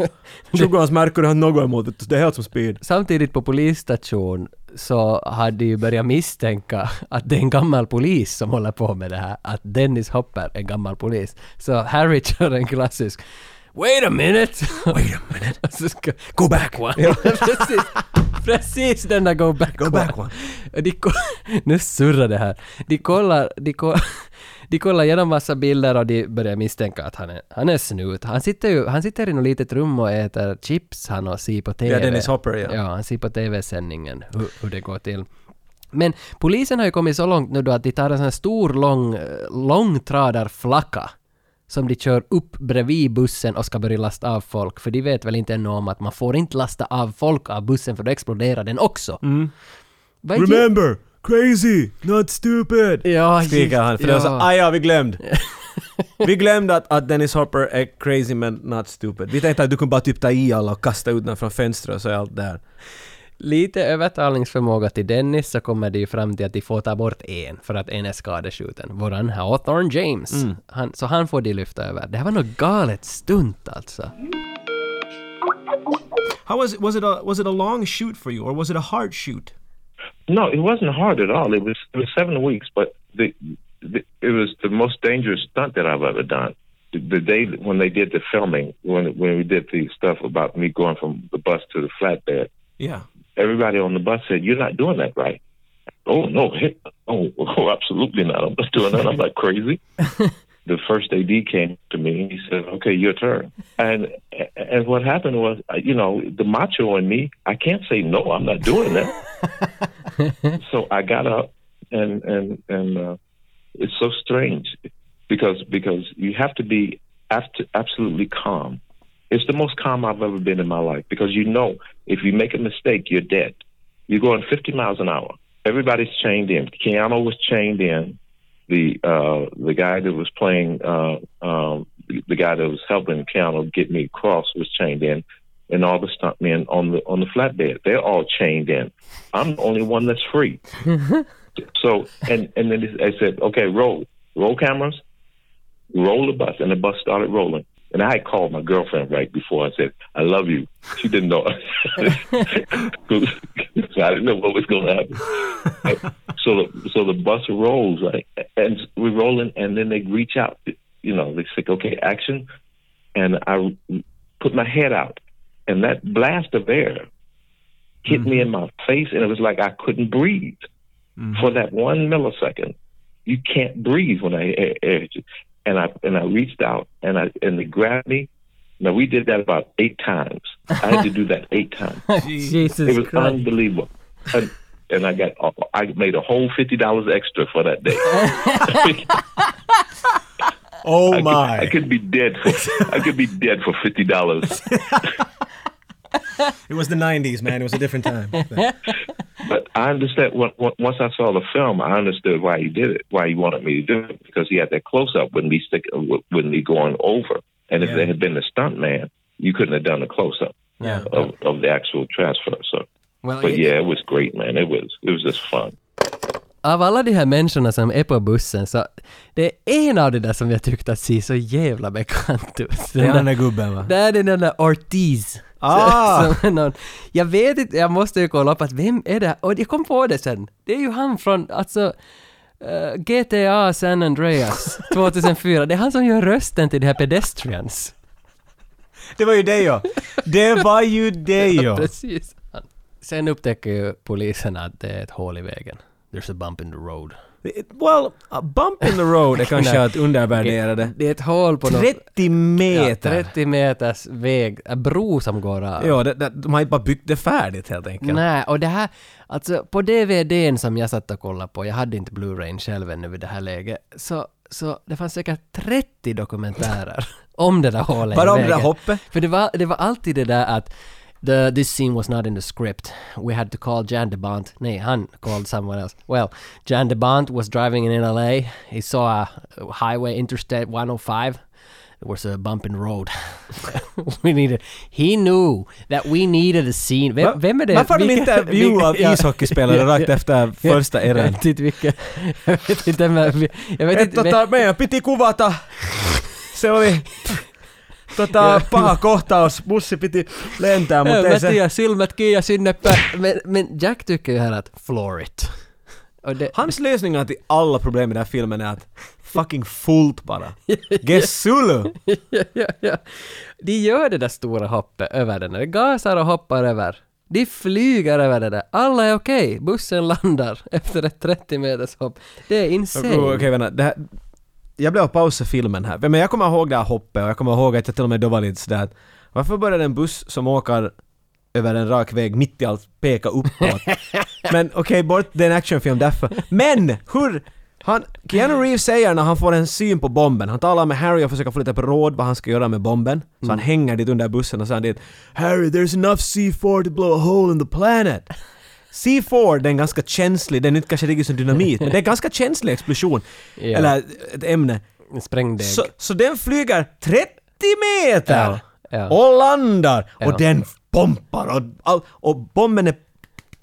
Speaker 1: 20 hans Mercury har något emot det, det är helt som speed.
Speaker 2: Samtidigt på polisstation så hade ju börjat misstänka att det är en gammal polis som håller på med det här. Att Dennis Hopper är en gammal polis. Så Harry kör en klassisk Wait a minute! Wait a minute! så ska, go back one! precis, precis den där go back
Speaker 1: Go
Speaker 2: one!
Speaker 1: back one.
Speaker 2: De ko- nu surrar det här. De kollar, de, ko- de kollar igenom massa bilder och de börjar misstänka att han är, han är snut. Han sitter ju han sitter i något litet rum och äter chips han och ser på TV.
Speaker 1: Ja, Dennis Hopper, ja.
Speaker 2: Ja, han ser på TV-sändningen hur, hur det går till. Men polisen har ju kommit så långt nu då att de tar en sån här stor lång, eh, långtradarflacka som de kör upp bredvid bussen och ska börja lasta av folk. För de vet väl inte ännu om att man får inte lasta av folk av bussen för då exploderar den också. Vad är-
Speaker 1: Remember, crazy, not stupid!
Speaker 2: Ja,
Speaker 1: Skriker han, för det var så
Speaker 2: ja.
Speaker 1: "Aj, ja vi glömde. Vi glömde att, att Dennis Hopper är crazy men not stupid. Vi tänkte att du kunde bara typ ta i alla och kasta ut den från fönstret och så är allt där.
Speaker 2: Lite övertalningsförmåga till Dennis så kommer det ju fram till att de får ta bort en för att en är skadeskjuten. Våran Hawthorne James. Han, så han får de lyfta över. Det här var något galet stunt alltså.
Speaker 1: How was it, was it a, was it a long shoot for you or was it a hard shoot?
Speaker 5: No, it wasn't hard at all. It was it was seven weeks, but the, the it was the most dangerous stunt that I've ever done. The, the day that- when they did the filming, when when we did the stuff about me going from the bus to the flatbed,
Speaker 1: Yeah.
Speaker 5: everybody on the bus said, "You're not doing that right." Oh no! Heck, oh, oh, absolutely not! I'm not doing that. I'm not crazy. the first AD came to me and he said, "Okay, your turn." And and what happened was, you know, the macho in me, I can't say no. I'm not doing that. so I got up and and and uh, it's so strange because because you have to be aft- absolutely calm. It's the most calm I've ever been in my life because you know if you make a mistake, you're dead. You're going 50 miles an hour. Everybody's chained in. Keanu was chained in. The uh, the guy that was playing uh, um, the the guy that was helping Keanu get me across was chained in, and all the stuntmen on the on the flatbed they're all chained in. I'm the only one that's free. so and and then I said, okay, roll roll cameras, roll the bus, and the bus started rolling. And I had called my girlfriend right before I said, I love you. She didn't know. so I didn't know what was going to happen so the so the bus rolls right, and we're rolling, and then they reach out. You know, they say, "Okay, action," and I put my head out, and that blast of air hit me in my face, and it was like I couldn't breathe for that one millisecond. You can't breathe when I air, air hit you. and I and I reached out, and I and they grabbed me. Now we did that about eight times. I had to do that eight times it
Speaker 2: Jesus
Speaker 5: was
Speaker 2: Christ.
Speaker 5: unbelievable. And, and I got I made a whole fifty dollars extra for that day.
Speaker 1: Oh
Speaker 5: I
Speaker 1: my.
Speaker 5: Could, I could be dead. For, I could be dead for fifty dollars.
Speaker 1: It was the 90s, man. It was a different time.
Speaker 5: But I understand. on- on- Once I saw the film, I understood why he did it, why he wanted me to do it, because he had that close up when me stick, when me going over. And if
Speaker 1: Yeah.
Speaker 5: there had been a stunt man, you couldn't have done a close up
Speaker 1: Yeah.
Speaker 5: of, of the actual transfer. So,
Speaker 2: Well,
Speaker 5: but
Speaker 2: it-
Speaker 5: yeah, it was great, man. It was it was just fun.
Speaker 2: Av alla de här människorna som är på bussen så det är en av de där som jag tyckte att se så jävla bekant ut.
Speaker 4: Det är den där gubben, va?
Speaker 2: Det är den där Ortiz.
Speaker 4: Ah!
Speaker 2: Som är någon, jag vet inte, jag måste ju kolla upp att vem är det? Och jag kom på det sen. Det är ju han från, alltså eh, GTA San Andreas 2004. Det är han som gör rösten till de här Pedestrians.
Speaker 4: Det var ju det ja. Det var ju det ja.
Speaker 2: Precis. Sen upptäcker ju polisen att det är ett hål i vägen. There's a bump in the road.
Speaker 1: Well, a bump in the road är kanske
Speaker 2: Nej.
Speaker 1: att undervärdera det.
Speaker 2: Det är ett hål på något-
Speaker 1: 30 meter!
Speaker 2: Ja, 30 meters väg, en bro som går äh, av.
Speaker 1: Ja, det, det, de har inte bara byggt det färdigt helt enkelt.
Speaker 2: Nej, och det här, alltså på DVDn som jag satt och kollade på, jag hade inte Blu-ray själv ännu vid det här läget, så, så det fanns säkert 30 dokumentärer om det där hålet i
Speaker 1: Bara om det där
Speaker 2: vägen.
Speaker 1: hoppet?
Speaker 2: För det var, det var alltid det där att The, this scene was not in the script. We had to call Jan DeBont. Nej, han called someone else. Well, Jan DeBont was driving in LA. He saw a highway interstate 105. There was a bump in the road. we needed... He knew that we needed a scene. Vem,
Speaker 1: Va-
Speaker 2: vem är det?
Speaker 1: Varför har de
Speaker 2: Vilka-
Speaker 1: intervjuat
Speaker 2: vilka- ja.
Speaker 1: ishockeyspelare
Speaker 2: Ja,
Speaker 1: rakt
Speaker 2: ja.
Speaker 1: efter
Speaker 2: Ja.
Speaker 1: första eran?
Speaker 2: Jag vet inte vilka... Jag vet inte men... Jag vet
Speaker 1: Et,
Speaker 2: inte...
Speaker 1: tota, meidän piti kuvata. Se oli... Tota, paha kohtaus. Bussi piti lentää,
Speaker 2: Ja,
Speaker 1: mutta
Speaker 2: Mä
Speaker 1: ei se...
Speaker 2: tiedän, silmät kiinni sinne päin. Men, men Jack tycker ju här att floor it. Och det,
Speaker 1: Hans lösningar till alla problem i den här filmen är att fucking fullt bara. Gesulu!
Speaker 2: ja, ja, ja. De gör det där stora hoppet över den. De gasar och hoppar över. De flyger över det där. Alla är okej. Bussen landar efter ett 30 meters hopp. Det är insane.
Speaker 1: Okej, vänta. Det här, jag blev att pausa filmen här. Men jag kommer ihåg det här hoppet och jag kommer ihåg att jag till och med då var lite sådär att varför började en buss som åker över en rak väg mitt i allt peka uppåt? Men okej, bort det är en actionfilm därför. Men hur... Han, Keanu Reeves säger när han får en syn på bomben, han talar med Harry och försöker få lite på råd vad han ska göra med bomben. Så han hänger dit under bussen och säger dit “Harry, there's enough C4 to blow a hole in the planet”. C4, den är ganska känslig, den är inte kanske riktigt som dynamit, men det är en ganska känslig explosion.
Speaker 2: Ja.
Speaker 1: Eller ett ämne.
Speaker 2: Sprängdeg.
Speaker 1: Så, så den flyger 30 meter!
Speaker 2: Ja, ja.
Speaker 1: Och landar!
Speaker 2: Ja.
Speaker 1: Och den bompar och, all, och bomben är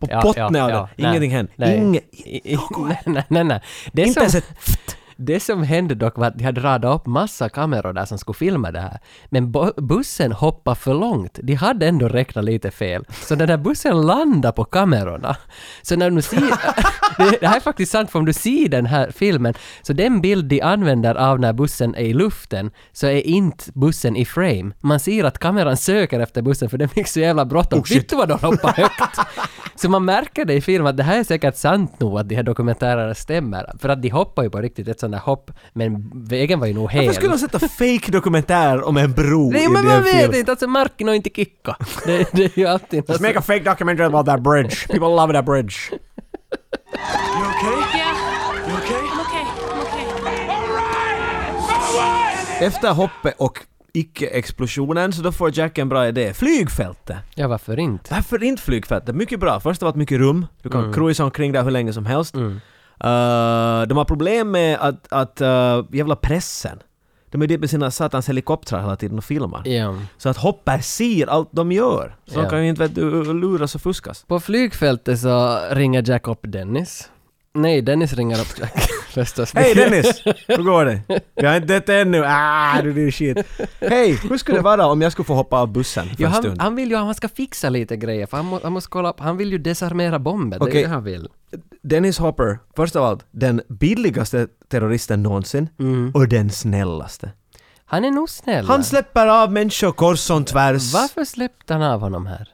Speaker 1: på
Speaker 2: Ja,
Speaker 1: botten
Speaker 2: ja,
Speaker 1: av
Speaker 2: ja.
Speaker 1: den. Ingenting
Speaker 2: Nej,
Speaker 1: händer.
Speaker 2: nej.
Speaker 1: Inge,
Speaker 2: I- i- nej, nej, nej, nej. Det
Speaker 1: Inte
Speaker 2: som,
Speaker 1: ens ett
Speaker 2: Det som hände dock var att de hade radat upp massa kameror där som skulle filma det här. Men bo- bussen hoppade för långt. De hade ändå räknat lite fel. Så den där bussen landade på kamerorna. Så när du ser... det, det här är faktiskt sant, för om du ser den här filmen, så den bild de använder av när bussen är i luften, så är inte bussen i frame. Man ser att kameran söker efter bussen, för den fick så jävla bråttom.
Speaker 1: Oh, shit.
Speaker 2: Vet du vad de hoppade högt? Så man märker det i filmen att det här är säkert sant nog att de här dokumentärerna stämmer. För att de hoppar ju på riktigt ett sånt där hopp, men vägen var ju nog hel.
Speaker 1: Varför skulle de sätta fake dokumentär om en bro
Speaker 2: Nej
Speaker 1: i
Speaker 2: men
Speaker 1: den
Speaker 2: man
Speaker 1: filmen?
Speaker 2: vet inte, alltså marken har inte kickat. Det, det är ju alltid något
Speaker 1: Just make a fake documentary about that bridge. People love that bridge.
Speaker 3: Yeah. You okay? I'm okay. I'm okay.
Speaker 1: Efter hoppet och icke-explosionen så då får Jack en bra idé. Flygfältet!
Speaker 2: Ja varför inte?
Speaker 1: Varför inte flygfältet? Mycket bra. Först av allt mycket rum. Du kan
Speaker 2: Mm.
Speaker 1: cruisa omkring där hur länge som helst. Eh, de har problem med att, att eh, jävla pressen. De är dit med sina satans helikoptrar hela tiden och filmar.
Speaker 2: Ja.
Speaker 1: Så att hoppar ser allt de gör. Så
Speaker 2: Ja.
Speaker 1: de kan ju inte vet, du, luras och fuskas.
Speaker 2: På flygfältet så ringer Jack upp Dennis. Nej, Dennis ringer upp Jack förstås.
Speaker 1: Hej Dennis! Hur går det? Vi har inte dött ännu. Ah, du din shit. Hej! Hur skulle det vara om jag skulle få hoppa av bussen för
Speaker 2: Ja,
Speaker 1: en
Speaker 2: han,
Speaker 1: stund?
Speaker 2: han vill ju att han ska fixa lite grejer, för han, må, han måste kolla upp, han vill ju desarmera bomben, det är
Speaker 1: Okej.
Speaker 2: det han vill.
Speaker 1: Dennis Hopper, först av allt, den billigaste terroristen någonsin och den snällaste.
Speaker 2: Han är nog snäll.
Speaker 1: Han släpper av människor kors som tvärs.
Speaker 2: Varför släppte han av honom här?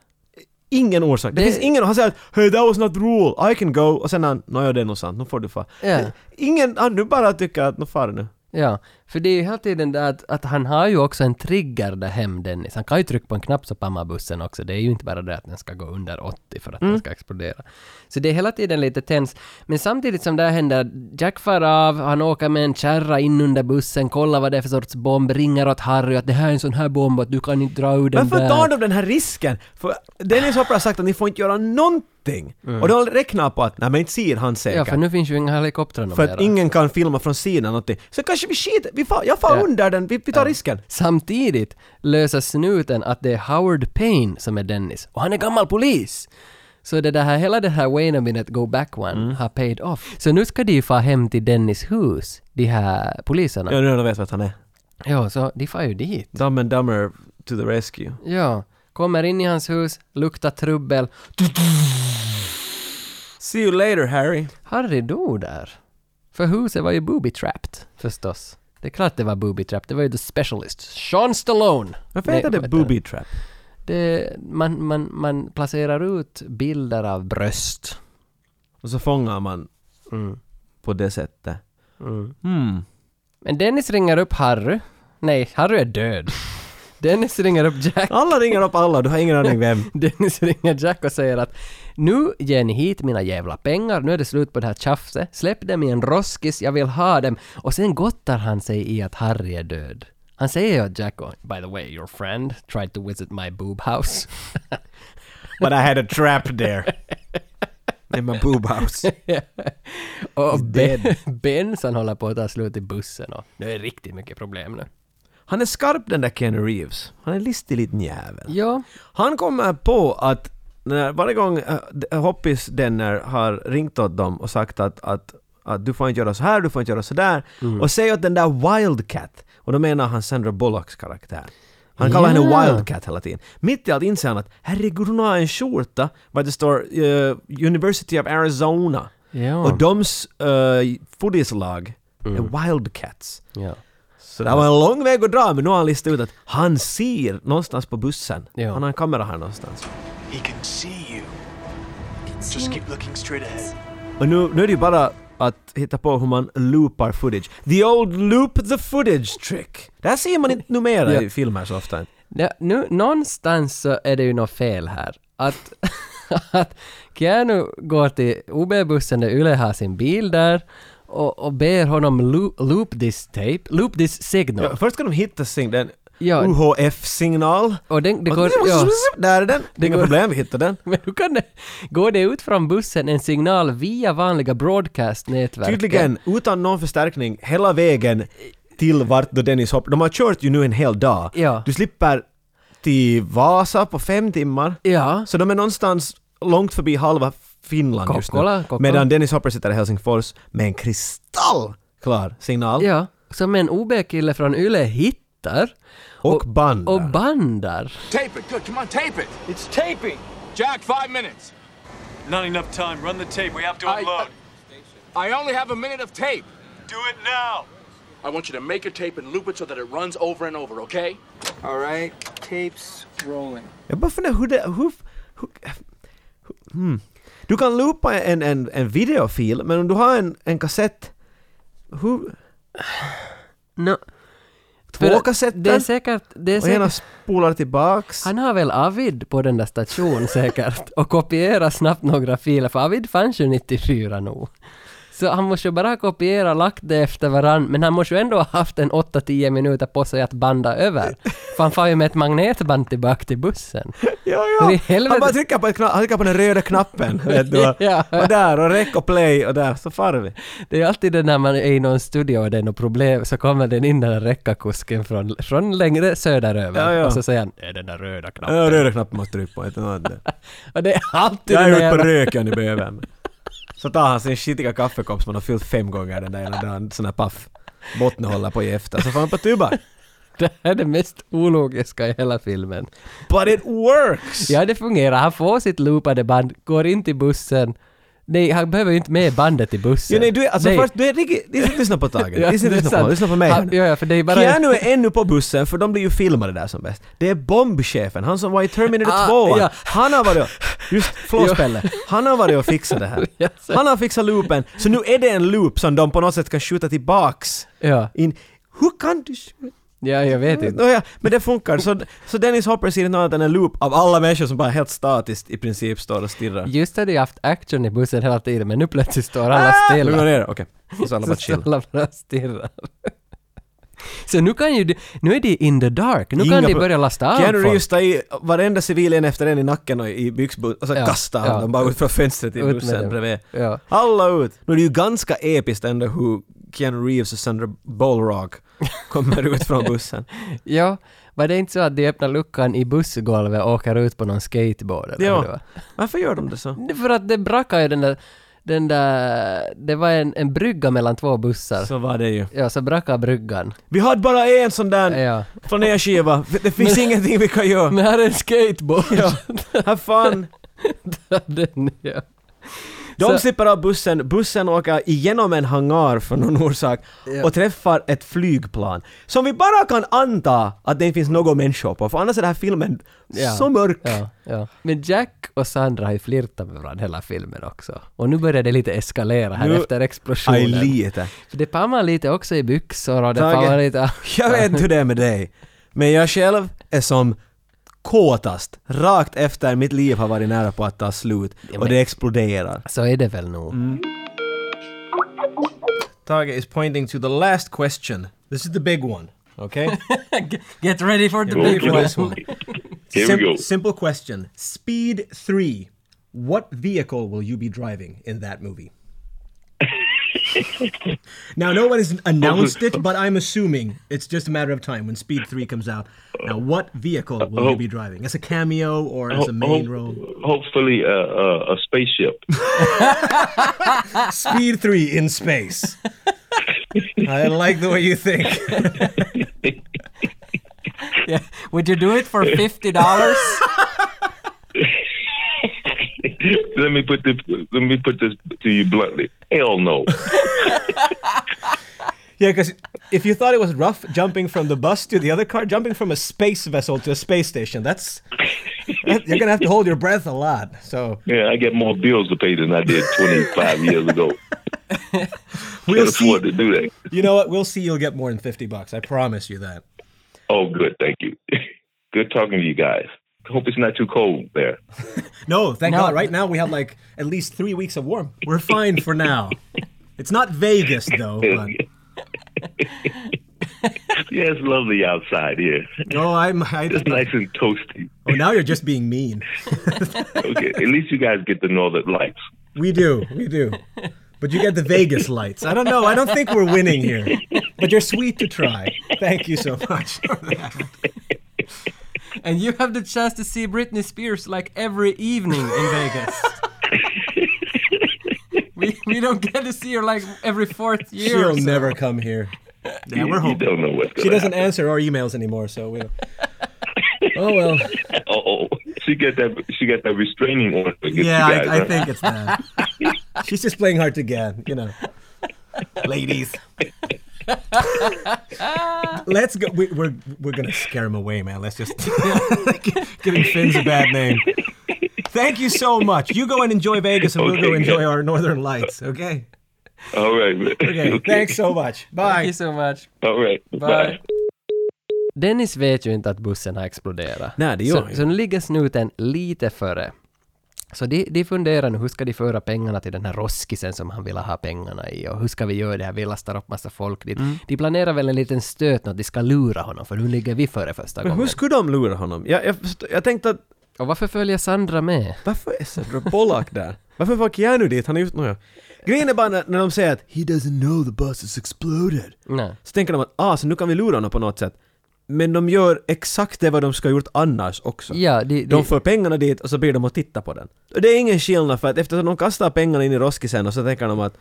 Speaker 1: Ingen orsak. Det,
Speaker 2: Det-
Speaker 1: finns ingen... Han säger att “Hey, that was not the rule, I can go” och sen han “Nåja, det är nog sant, nu får du fa”.
Speaker 2: Ja.
Speaker 1: Ingen... Han nu bara tycker att “Nu far nu”.
Speaker 2: Ja, för det är ju hela tiden det att, att han har ju också en trigger där hem, Dennis. Han kan ju trycka på en knapp så pammar bussen också. Det är ju inte bara det att den ska gå under 80 för att
Speaker 1: Mm.
Speaker 2: den ska explodera. Så det är hela tiden lite tens. Men samtidigt som det här händer, Jack far av, han åker med en kärra in under bussen, kollar vad det är för sorts bomb, ringer åt Harry att det här är en sån här bomb att du kan inte dra ur den
Speaker 1: Varför
Speaker 2: där.
Speaker 1: tar de den här risken? För Dennis Hopper har sagt att ni får inte göra någonting.
Speaker 2: Mm.
Speaker 1: Och då räknar han på att nej men inte ser han säkert.
Speaker 2: Ja, för nu finns ju inga helikoptrar
Speaker 1: För att ingen kan filma från sidan någonting. Så kanske vi skiter, vi far, jag far
Speaker 2: Ja.
Speaker 1: under den, vi, vi tar risken.
Speaker 2: Samtidigt löser snuten att det är Howard Payne som är Dennis och han är gammal polis. Så det där här, hela det här Wayne a minute go back one
Speaker 1: Mm.
Speaker 2: har paid off. Så nu ska de ju fara hem till Dennis hus, de här poliserna.
Speaker 1: Ja, nu när de vet vart han är.
Speaker 2: Ja, så de far ju dit.
Speaker 1: Dumb and Dumber to the rescue.
Speaker 2: Ja, kommer in i hans hus, luktar trubbel.
Speaker 1: See you later Harry.
Speaker 2: Harry dog där. För huset var ju booby-trapped, förstås. Det är klart det var booby-trapped, det var ju the specialist. Sean Stallone!
Speaker 1: Varför
Speaker 2: Nej,
Speaker 1: heter det
Speaker 2: vad han?
Speaker 1: booby trap?
Speaker 2: Det, man, man, man placerar ut bilder av bröst.
Speaker 1: Och så fångar man Mm. på det sättet. Mm.
Speaker 2: Men Dennis ringer upp Harry. Nej, Harry är död. Dennis ringer upp Jack.
Speaker 1: Alla ringer upp alla, du har ingen aning vem.
Speaker 2: Dennis ringer Jack och säger att nu ger ni hit mina jävla pengar, nu är det slut på det här tjafset. Släpp dem i en roskis, jag vill ha dem. Och sen gottar han sig i att Harry är död. Han säger ju att Jack, och, by the way, your friend tried to visit my boob house.
Speaker 1: But I had a trap there. In my boob house.
Speaker 2: och
Speaker 1: He's
Speaker 2: ben,
Speaker 1: dead.
Speaker 2: Benson håller på att ta slut i bussen och nu är det riktigt mycket problem nu.
Speaker 1: Han är skarp den där Ken Reeves. Han är en listig liten jävel.
Speaker 2: Ja.
Speaker 1: Han kommer på att när, varje gång eh, d- Hoppis Denner har ringt åt dem och sagt att, att, att du får inte göra så här, du får inte göra så där.
Speaker 2: Mm.
Speaker 1: Och säger åt den där Wildcat, och då menar han Sandra Bullocks karaktär. Han kallar
Speaker 2: Ja.
Speaker 1: henne Wildcat hela tiden. Mitt i allt inser han att herregud hon har en skjorta vad det står eh, University of Arizona.
Speaker 2: Ja. Mm.
Speaker 1: Och deras uh, foodislag är Wildcats.
Speaker 2: Ja.
Speaker 1: Så det var en lång väg att dra men nu har han listat ut att han ser någonstans på bussen.
Speaker 2: Ja.
Speaker 1: Han har en kamera här någonstans.
Speaker 7: He can see you. Just keep looking straight ahead.
Speaker 1: Och nu, nu är det ju bara att hitta på hur man loopar footage. The old loop the footage trick! Det här ser man inte numera
Speaker 2: Ja.
Speaker 1: i filmer så ofta.
Speaker 2: Ja, nu, någonstans så är det ju något fel här. Att, att Keanu går till OB-bussen där Yle har sin bil där och, och ber honom loop, loop this tape, loop this signal.
Speaker 1: Ja, först ska de hitta sing, den
Speaker 2: Ja.
Speaker 1: UHF-signal.
Speaker 2: Och den, det går, ja,
Speaker 1: Där är den! Det är inga
Speaker 2: går-
Speaker 1: problem, vi hittar den.
Speaker 2: men hur kan det, går det ut från bussen en signal via vanliga broadcast-nätverk?
Speaker 1: Tydligen utan någon förstärkning hela vägen till vart då Dennis hoppar. De har kört ju nu en hel dag.
Speaker 2: Ja.
Speaker 1: Du slipper till Vasa på fem timmar.
Speaker 2: Ja.
Speaker 1: Så de är någonstans långt förbi halva Finland just nu.
Speaker 2: Kokkola, Kokkola.
Speaker 1: Medan Dennis Hopper sitter i Helsingfors med en kristallklar signal.
Speaker 2: Ja, som en OB-kille från Yle hittar
Speaker 1: Och bandar.
Speaker 2: och bandar.
Speaker 8: Tape it. Good. Come on, tape it. It's taping. Jack, five minutes.
Speaker 12: Not enough time. Run the tape. We have to
Speaker 8: I-
Speaker 12: unload.
Speaker 8: I only have a minute of tape.
Speaker 12: Do it now.
Speaker 8: I want you to make your tape and loop it so that it runs over and over, okay?
Speaker 9: All right, tapes rolling.
Speaker 1: Jag bara funderar hur det... Hur, hur, hmm. Du kan loopa en, en, en videofil, men om du har en, en kassett... Hur...
Speaker 2: Nå,
Speaker 1: Två
Speaker 2: för
Speaker 1: kassetter?
Speaker 2: Det är säkert... Det är
Speaker 1: och ena
Speaker 2: säkert
Speaker 1: spolar tillbaks.
Speaker 2: Han har väl Avid på den där stationen säkert och kopierar snabbt några filer, för Avid fanns ju 94 nog. Så han måste ju bara ha kopierat, lagt det efter varann, men han måste ju ändå ha haft en 8-10 minuter på sig att banda över. För han far ju med ett magnetband tillbaka till bussen.
Speaker 1: Ja,
Speaker 2: Men i
Speaker 1: ja.
Speaker 2: helvete-
Speaker 1: Han bara trycker på, ett kna- han trycker på den röda knappen. Vet du, och,
Speaker 2: Ja.
Speaker 1: och där, och räck och play och där, så far vi.
Speaker 2: Det är alltid det när man är i någon studio och det är något problem, så kommer den in den där räckakusken från, från längre söderöver.
Speaker 1: Ja, ja.
Speaker 2: Och så säger han ”Det är den där röda knappen”.
Speaker 1: Ja, röda knappen måste du trycka på. inte något annat.
Speaker 2: Och det är alltid
Speaker 1: Jag
Speaker 2: den
Speaker 1: är
Speaker 2: där
Speaker 1: ute på
Speaker 2: jävla-
Speaker 1: röken i bövern. Så tar han sin skitiga kaffekopp som han har fyllt fem gånger den där ena dagen, sån här paff. Botten håller på i efter, så får han på tuba.
Speaker 2: Det här är det mest ologiska i hela filmen.
Speaker 1: But it works!
Speaker 2: Ja, det fungerar. Han får sitt loopade band, går in till bussen, Nej, han behöver ju inte med bandet i bussen.
Speaker 1: Jo, nej, du är, alltså först, du är riktigt, lyssna på Tage.
Speaker 2: Ja,
Speaker 1: lyssna,
Speaker 2: det är
Speaker 1: lyssna, på,
Speaker 2: sant.
Speaker 1: lyssna på mig.
Speaker 2: Han- ja, ja, för det är bara-
Speaker 1: Keanu är ännu på bussen, för de blir ju filmade där som bäst. Det är bombchefen, han som var i Terminator
Speaker 2: Ah,
Speaker 1: 2.
Speaker 2: ja.
Speaker 1: Han har varit och, just,
Speaker 2: Jo.
Speaker 1: förlåt Pelle, han har varit och fixat det här.
Speaker 2: Ja, så-
Speaker 1: Han har fixat loopen, så nu är det en loop som de på något sätt kan skjuta tillbaks.
Speaker 2: Ja.
Speaker 1: In, hur kan du skjuta?
Speaker 2: Ja, jag vet inte.
Speaker 1: Nåja, men det funkar. Så, så Dennis Hopper ser inte annat än en loop av alla människor som bara helt statiskt i princip står och stirrar.
Speaker 2: Just hade jag haft action i bussen hela tiden, men nu plötsligt står alla stilla.
Speaker 1: Lugna ner er, okej. Så alla bara
Speaker 2: står
Speaker 1: chill.
Speaker 2: alla bara stirrar. Så nu kan ju de, nu är de in the dark, nu
Speaker 1: Inga
Speaker 2: kan de
Speaker 1: pro-
Speaker 2: börja lasta av
Speaker 1: Keanu
Speaker 2: folk.
Speaker 1: Reeves tar i varenda civil en efter en i nacken och i byxbussen och så
Speaker 2: Ja,
Speaker 1: kastar han
Speaker 2: ja.
Speaker 1: dem bara ut från fönstret i
Speaker 2: Ut med
Speaker 1: bussen
Speaker 2: dem.
Speaker 1: bredvid.
Speaker 2: Ja.
Speaker 1: Alla ut! Nu är det ju ganska episkt ändå hur Keanu Reeves och Sandra Bullock kommer ut från bussen.
Speaker 2: Ja, var det inte så att de öppnar luckan i bussgolvet och åker ut på någon skateboard? Eller hur det
Speaker 1: Ja.
Speaker 2: var?
Speaker 1: Varför gör de det så?
Speaker 2: Det- För att det brackade ju den där, den där, det var en, en brygga mellan två bussar.
Speaker 1: Så var det ju.
Speaker 2: Ja, så brackade bryggan.
Speaker 1: Vi hade bara en sån där
Speaker 2: Ja.
Speaker 1: från er skiva. Det finns
Speaker 2: Men-
Speaker 1: ingenting vi kan göra.
Speaker 2: Men här är en skateboard!
Speaker 1: Ja. Have fun!
Speaker 2: den, ja.
Speaker 1: De
Speaker 2: Så-
Speaker 1: slipper av bussen, bussen åker igenom en hangar för någon orsak
Speaker 2: Ja.
Speaker 1: och träffar ett flygplan. Som vi bara kan anta att det inte finns någon människa på, för annars är den här filmen
Speaker 2: Ja.
Speaker 1: så mörk.
Speaker 2: Ja, ja. Men Jack och Sandra har ju flirtat med varandra hela filmen också. Och nu börjar det lite eskalera här
Speaker 1: Nu-
Speaker 2: efter explosionen.
Speaker 1: Aj, lite.
Speaker 2: För det pammar lite också i byxor och det
Speaker 1: Tage,
Speaker 2: pammar lite...
Speaker 1: Jag vet inte hur det är med dig, men jag själv är som kåtast rakt efter mitt liv har varit nära på att ta slut och
Speaker 2: men-
Speaker 1: det exploderar.
Speaker 2: Så är det väl nog.
Speaker 1: Mm. Tage is pointing to the last question. This is the big one. Okay?
Speaker 2: Get ready for the
Speaker 1: Okay,
Speaker 2: big one.
Speaker 1: this one.
Speaker 5: Here we
Speaker 1: Sim-
Speaker 5: go.
Speaker 1: Simple question. Speed 3. What vehicle will you be driving in that movie? now, no one has announced it, but I'm assuming it's just a matter of time when Speed 3 comes out. Now, what vehicle will
Speaker 5: Oh.
Speaker 1: you be driving? As a cameo or as a main
Speaker 5: Ho-
Speaker 1: role?
Speaker 5: Hopefully, uh, uh, a spaceship.
Speaker 1: Speed 3 in space. I like the way you think.
Speaker 2: Yeah. Would you do it for $50?
Speaker 5: let me put this. Let me put this to you bluntly. Hell no.
Speaker 1: Yeah, because if you thought it was rough jumping from the bus to the other car, jumping from a space vessel to a space station, that's. that- you're going to have to hold your breath a lot. So
Speaker 5: Yeah, I get more bills to pay than I did 25 years ago.
Speaker 1: we'll
Speaker 5: Can't afford to
Speaker 1: see.
Speaker 5: do that.
Speaker 1: You know what? We'll see you'll get more than 50 bucks. I promise you that.
Speaker 5: Oh, good. Thank you. Good talking to you guys. Hope it's not too cold there.
Speaker 1: No, thank
Speaker 2: No.
Speaker 1: God. Right now, we have like at least three weeks of warm. We're fine for now. It's not Vegas, though. But,
Speaker 5: Yeah, it's lovely outside here.
Speaker 1: no, I'm. I,
Speaker 5: It's nice and toasty.
Speaker 1: oh, now you're just being mean.
Speaker 5: Okay, at least you guys get the northern lights.
Speaker 1: We do. We do. But you get the Vegas lights. I don't know. I don't think we're winning here. But you're sweet to try. Thank you so much for that.
Speaker 2: And you have the chance to see Britney Spears like every evening in Vegas. we, we don't get to see her like every fourth year. or
Speaker 1: She'll
Speaker 2: so.
Speaker 1: never come here. Yeah,
Speaker 5: you,
Speaker 1: we're
Speaker 5: you
Speaker 1: hoping.
Speaker 5: don't know what's going
Speaker 1: She doesn't
Speaker 5: happen.
Speaker 1: answer our emails anymore, so we. Oh well.
Speaker 5: Oh, she got that. She got that restraining order. against you
Speaker 1: Yeah,
Speaker 5: guys,
Speaker 1: I, I
Speaker 5: huh?
Speaker 1: think it's that. She's just playing hard to get, you know. Ladies. Let's go. We, we're we're gonna scare him away, man. Let's just giving Finn's a bad name. Thank you so much. You go and enjoy Vegas, and we'll
Speaker 5: Okay,
Speaker 1: go enjoy
Speaker 5: good.
Speaker 1: our Northern Lights. Okay.
Speaker 5: All right. man.
Speaker 1: Okay. Thanks so much. Bye.
Speaker 2: Thank you so much.
Speaker 5: All right.
Speaker 2: Bye. Dennis vet ju inte att bussen har exploderat.
Speaker 1: Nej, det gör han
Speaker 2: så,
Speaker 1: ju.
Speaker 2: så nu ligger snuten lite före. Så de, de funderar nu, hur ska de föra pengarna till den här roskisen som han vill ha pengarna i och hur ska vi göra det här, vi lastar upp massa folk dit.
Speaker 1: Mm.
Speaker 2: De planerar väl en liten stöt, att de ska lura honom för nu ligger vi före första
Speaker 1: Men hur
Speaker 2: gången.
Speaker 1: skulle de lura honom? Jag, jag, förstår- jag tänkte att
Speaker 2: Och varför följer Sandra med?
Speaker 1: varför är Sandra Bullock där? Varför var Keanu dit? Han är just... Nåja. Grejen är bara när, när de säger att “He doesn't know the bus has exploded”
Speaker 2: Nej.
Speaker 1: så tänker de att ah, så nu kan vi lura honom på något sätt. Men de gör exakt det vad de ska ha gjort annars också.
Speaker 2: Ja, de, de,
Speaker 1: De får pengarna dit och så blir de att titta på den. Och det är ingen skillnad för att eftersom de kastar pengarna in i roskisen och så tänker de att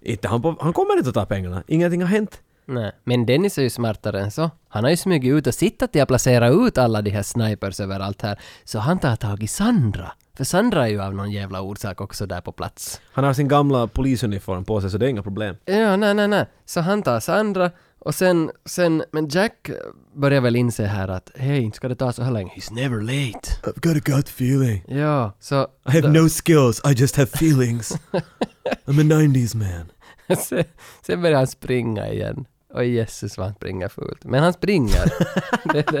Speaker 1: inte han, på, han kommer inte att ta pengarna, ingenting har hänt.
Speaker 2: Nej. Men Dennis är ju smartare än så. Han har ju smugit ut och sett att de har placerat ut alla de här snipers överallt här. Så han har tagit Sandra För Sandra är ju av någon jävla orsak också där på plats.
Speaker 1: Han har sin gamla polisuniform på sig så det är inga problem.
Speaker 2: Ja, nej, nej, nej. Så han tar Sandra och sen, sen, men Jack börjar väl inse här att hej, inte ska det ta så här länge. He's never late.
Speaker 1: I've got a gut feeling.
Speaker 2: Ja, så...
Speaker 1: I have no skills, I just have feelings. I'm a 90s man.
Speaker 2: sen, sen börjar han springa igen. Och jösses vad han springer fult. Men han springer. det, är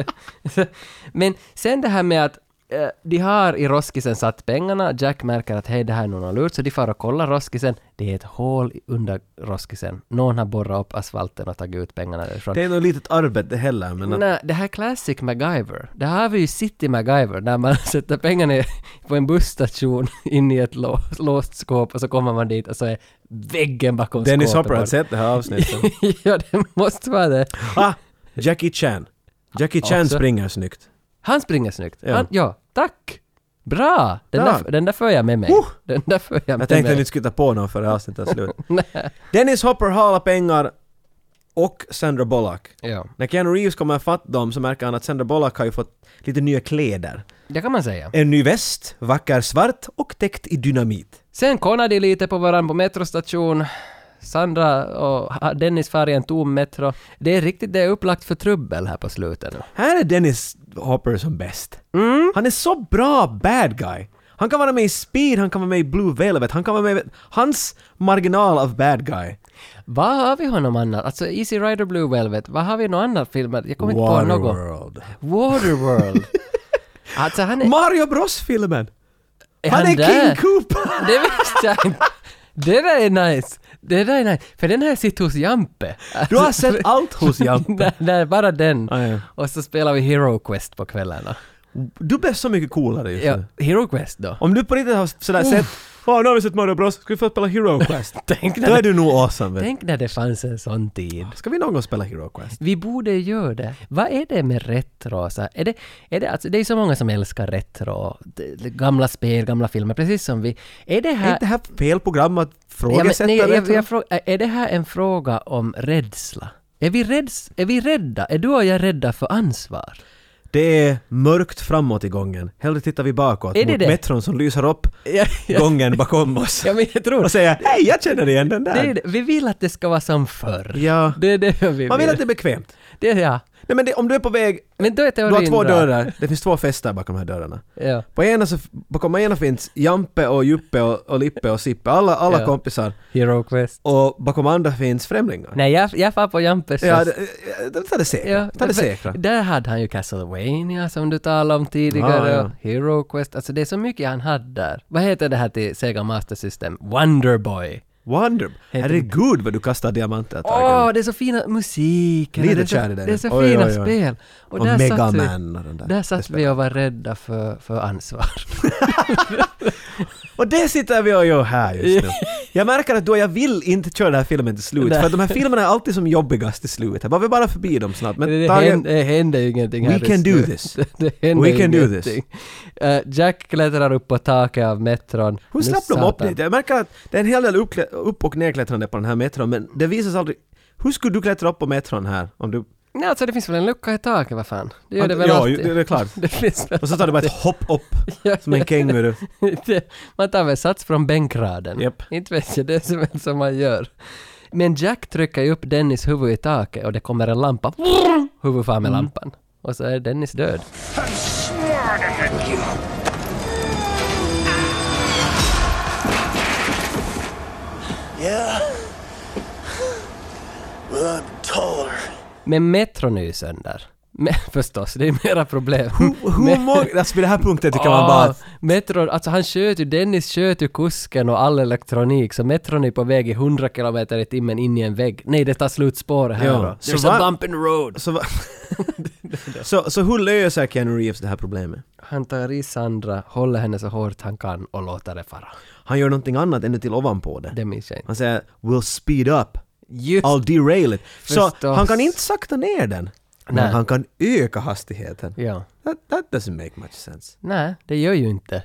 Speaker 2: det. Men sen det här med att eh, de har i roskisen satt pengarna, Jack märker att hej det här är nog någon lurt, så de far och kollar roskisen. Det är ett hål i- under roskisen. Någon har borrat upp asfalten och tagit ut pengarna därifrån.
Speaker 1: Det är nog litet arbete heller men... att-
Speaker 2: Nej, det här är classic MacGyver. Det här har vi ju City MacGyver, när man sätter pengarna i- på en busstation in i ett lås, låst skåp och så kommer man dit och så är väggen bakom
Speaker 1: Dennis
Speaker 2: skåpet.
Speaker 1: Hopper har
Speaker 2: bara-
Speaker 1: sett det här avsnittet.
Speaker 2: ja, det måste vara det.
Speaker 1: ah! Jackie Chan. Jackie Chan
Speaker 2: Också.
Speaker 1: springer snyggt.
Speaker 2: Han springer snyggt.
Speaker 1: Ja.
Speaker 2: Han, ja tack! Bra! Den,
Speaker 1: Bra. Uh!
Speaker 2: där, den där för jag med mig. Den där för jag med
Speaker 1: Jag tänkte att
Speaker 2: mig.
Speaker 1: ni inte skulle ta på någon före avsnittet är slut. Dennis Hopper har alla pengar och Sandra Bullock.
Speaker 2: Ja.
Speaker 1: När Keanu Reeves kommer fatt dem så märker han att Sandra Bullock har ju fått lite nya kläder.
Speaker 2: Det kan man säga.
Speaker 1: En ny väst, vacker svart och täckt i dynamit.
Speaker 2: Sen kollade de lite på varandra på metrostation. Sandra och Dennis far i en tom metro. Det är riktigt, det är upplagt för trubbel här på slutet nu.
Speaker 1: Här är Dennis Hopper som bäst.
Speaker 2: Mm.
Speaker 1: Han är så bra bad guy. Han kan vara med i Speed, han kan vara med i Blue Velvet, han kan vara med... Hans marginal av bad guy.
Speaker 2: Vad har vi honom annat? Alltså Easy Rider Blue Velvet, vad har vi någon annan film? Jag kommer inte på någon.
Speaker 1: Waterworld.
Speaker 2: Waterworld. alltså han är...
Speaker 1: Mario Bros-filmen!
Speaker 2: Är
Speaker 1: Han är
Speaker 2: där?
Speaker 1: King Cooper!
Speaker 2: Det visste jag inte. Det där är nice. Det där är nice. För den har jag sett hos Jampe. Alltså,
Speaker 1: Du har sett allt hos Jampe.
Speaker 2: nej, nej, bara den.
Speaker 1: Ah, ja.
Speaker 2: Och så spelar vi Hero Quest på kvällarna.
Speaker 1: Du blir så mycket coolare just
Speaker 2: Ja,
Speaker 1: nu.
Speaker 2: Hero Quest då?
Speaker 1: Om du på riktigt har sådär
Speaker 2: Uff.
Speaker 1: sett Åh, nu har vi sett Mario Bros, ska vi få spela Hero Quest?
Speaker 2: Tänk
Speaker 1: Då är
Speaker 2: när, det,
Speaker 1: du nog awesome vet.
Speaker 2: tänk när det fanns en sån tid.
Speaker 1: du. Ska vi någon gång spela Hero Quest?
Speaker 2: Vi borde göra det. Vad är det med retro? Så här, är det, är det, alltså, det är så många som älskar retro. Det- det- Gamla spel, gamla filmer, precis som vi. Är det
Speaker 1: Är
Speaker 2: här...
Speaker 1: inte det här fel program att frågesätta
Speaker 2: nej, jag, jag,
Speaker 1: retro?
Speaker 2: jag frågar, är det här en fråga om rädsla? Är vi, rädds, är vi rädda? Är du och jag rädda för ansvar?
Speaker 1: Det är mörkt framåt i gången. Hellre tittar vi bakåt
Speaker 2: Är det
Speaker 1: mot
Speaker 2: det?
Speaker 1: metron som lyser upp
Speaker 2: Ja, ja.
Speaker 1: gången bakom oss.
Speaker 2: Ja, men jag tror
Speaker 1: Och säger hej, jag känner igen den
Speaker 2: det, är
Speaker 1: där.
Speaker 2: det. Vi vill att det ska vara som förr.
Speaker 1: Ja.
Speaker 2: Det är det vi
Speaker 1: Man vill att det är bekvämt.
Speaker 2: det är ja.
Speaker 1: Nej men det, om du är på väg,
Speaker 2: Men då är
Speaker 1: du
Speaker 2: teorin
Speaker 1: har två
Speaker 2: bra.
Speaker 1: dörrar, det finns två fästar bakom de här dörrarna.
Speaker 2: Ja.
Speaker 1: På ena så, bakom ena finns Jampe och Juppe och, och Lippe och Sippe, alla, alla
Speaker 2: Ja.
Speaker 1: kompisar.
Speaker 2: Hero Quest.
Speaker 1: Och bakom andra finns främlingar.
Speaker 2: Nej, jag, jag far på Jampes
Speaker 1: Ja,
Speaker 2: fest.
Speaker 1: det, det, ta det säkra. ta det
Speaker 2: för-
Speaker 1: säkra.
Speaker 2: Där hade han ju Castlevania som du talade om tidigare.
Speaker 1: Ja, ja.
Speaker 2: och Hero Quest. Alltså det är så mycket han hade där. Vad heter det här till Sega Master System? Wonderboy.
Speaker 1: Wonder. Herregud vad du kastar diamanter
Speaker 2: Åh,
Speaker 1: Tiger.
Speaker 2: det är så fina musiken!
Speaker 1: Lite
Speaker 2: det, är
Speaker 1: kär i
Speaker 2: så,
Speaker 1: den.
Speaker 2: det är så
Speaker 1: Oj,
Speaker 2: fina
Speaker 1: oj, oj.
Speaker 2: spel! Och,
Speaker 1: Och
Speaker 2: där
Speaker 1: Mega
Speaker 2: satt vi,
Speaker 1: Man och den där.
Speaker 2: Där satt vi och var rädda för, för ansvar.
Speaker 1: Och det sitter vi och gör här just nu. Jag märker att då jag vill inte köra den här filmen till slut,
Speaker 2: Nej.
Speaker 1: för att de här filmerna är alltid som jobbigast till slut. Jag bara vill bara förbi dem snabbt. Men
Speaker 2: det,
Speaker 1: Tage-
Speaker 2: händer, det händer ju ingenting
Speaker 1: We
Speaker 2: här
Speaker 1: can
Speaker 2: just
Speaker 1: do
Speaker 2: nu.
Speaker 1: this.
Speaker 2: Det, det händer
Speaker 1: We can do
Speaker 2: ingenting. Eh, Jack klättrar upp på taket av metron.
Speaker 1: hur
Speaker 2: Nu
Speaker 1: slapp de upp
Speaker 2: satan.
Speaker 1: dit? Jag märker att det är en hel del uppklä- upp och nerklättrande på den här metron, men det visas aldrig... Hur skulle du klättra upp på metron här? Om du...
Speaker 2: Nej, alltså det finns väl en lucka i taket, vad fan? Det gör det väl
Speaker 1: ja, ju-
Speaker 2: alltid?
Speaker 1: det är klart.
Speaker 2: Det finns väl
Speaker 1: Och så tar du bara ett hopp upp,
Speaker 2: Ja,
Speaker 1: som en känguru.
Speaker 2: Det- man tar väl sats från bänkraden.
Speaker 1: Japp.
Speaker 2: Inte vet jag, det är så väl som man gör. Men Jack trycker ju upp Dennis huvud i taket och det kommer en lampa. Huvud far med
Speaker 1: Mm.
Speaker 2: lampan. Och så är Dennis död.
Speaker 7: Yeah. Well, I'm taller.
Speaker 2: Men metron är ju sönder. Men, förstås, det är mera problem.
Speaker 1: Hur många... Alltså vid den här punkten tycker man bara...
Speaker 2: Ah,
Speaker 1: att-
Speaker 2: metron, alltså han sköt ju, Dennis sköt ju kusken och all elektronik så metron är på väg i 100 kilometer i timmen in i en vägg. Nej, det tar slut spåret här
Speaker 1: Ja.
Speaker 2: då.
Speaker 1: Så
Speaker 2: There's a
Speaker 1: vad-
Speaker 2: bump in the road.
Speaker 1: Så, va- så, så hur löser Keanu Reeves det här problemet?
Speaker 2: Han tar i Sandra, håller henne så hårt han kan och låter det fara.
Speaker 1: Han gör någonting annat ännu till ovanpå det.
Speaker 2: Det minns jag inte.
Speaker 1: Han säger “We'll speed up,
Speaker 2: Just
Speaker 1: I'll derail it”. Så
Speaker 2: Förstås.
Speaker 1: han kan inte sakta ner den, men
Speaker 2: Nej.
Speaker 1: han kan öka hastigheten.
Speaker 2: Ja.
Speaker 1: That, that doesn't make much sense.
Speaker 2: Nej, det gör ju inte.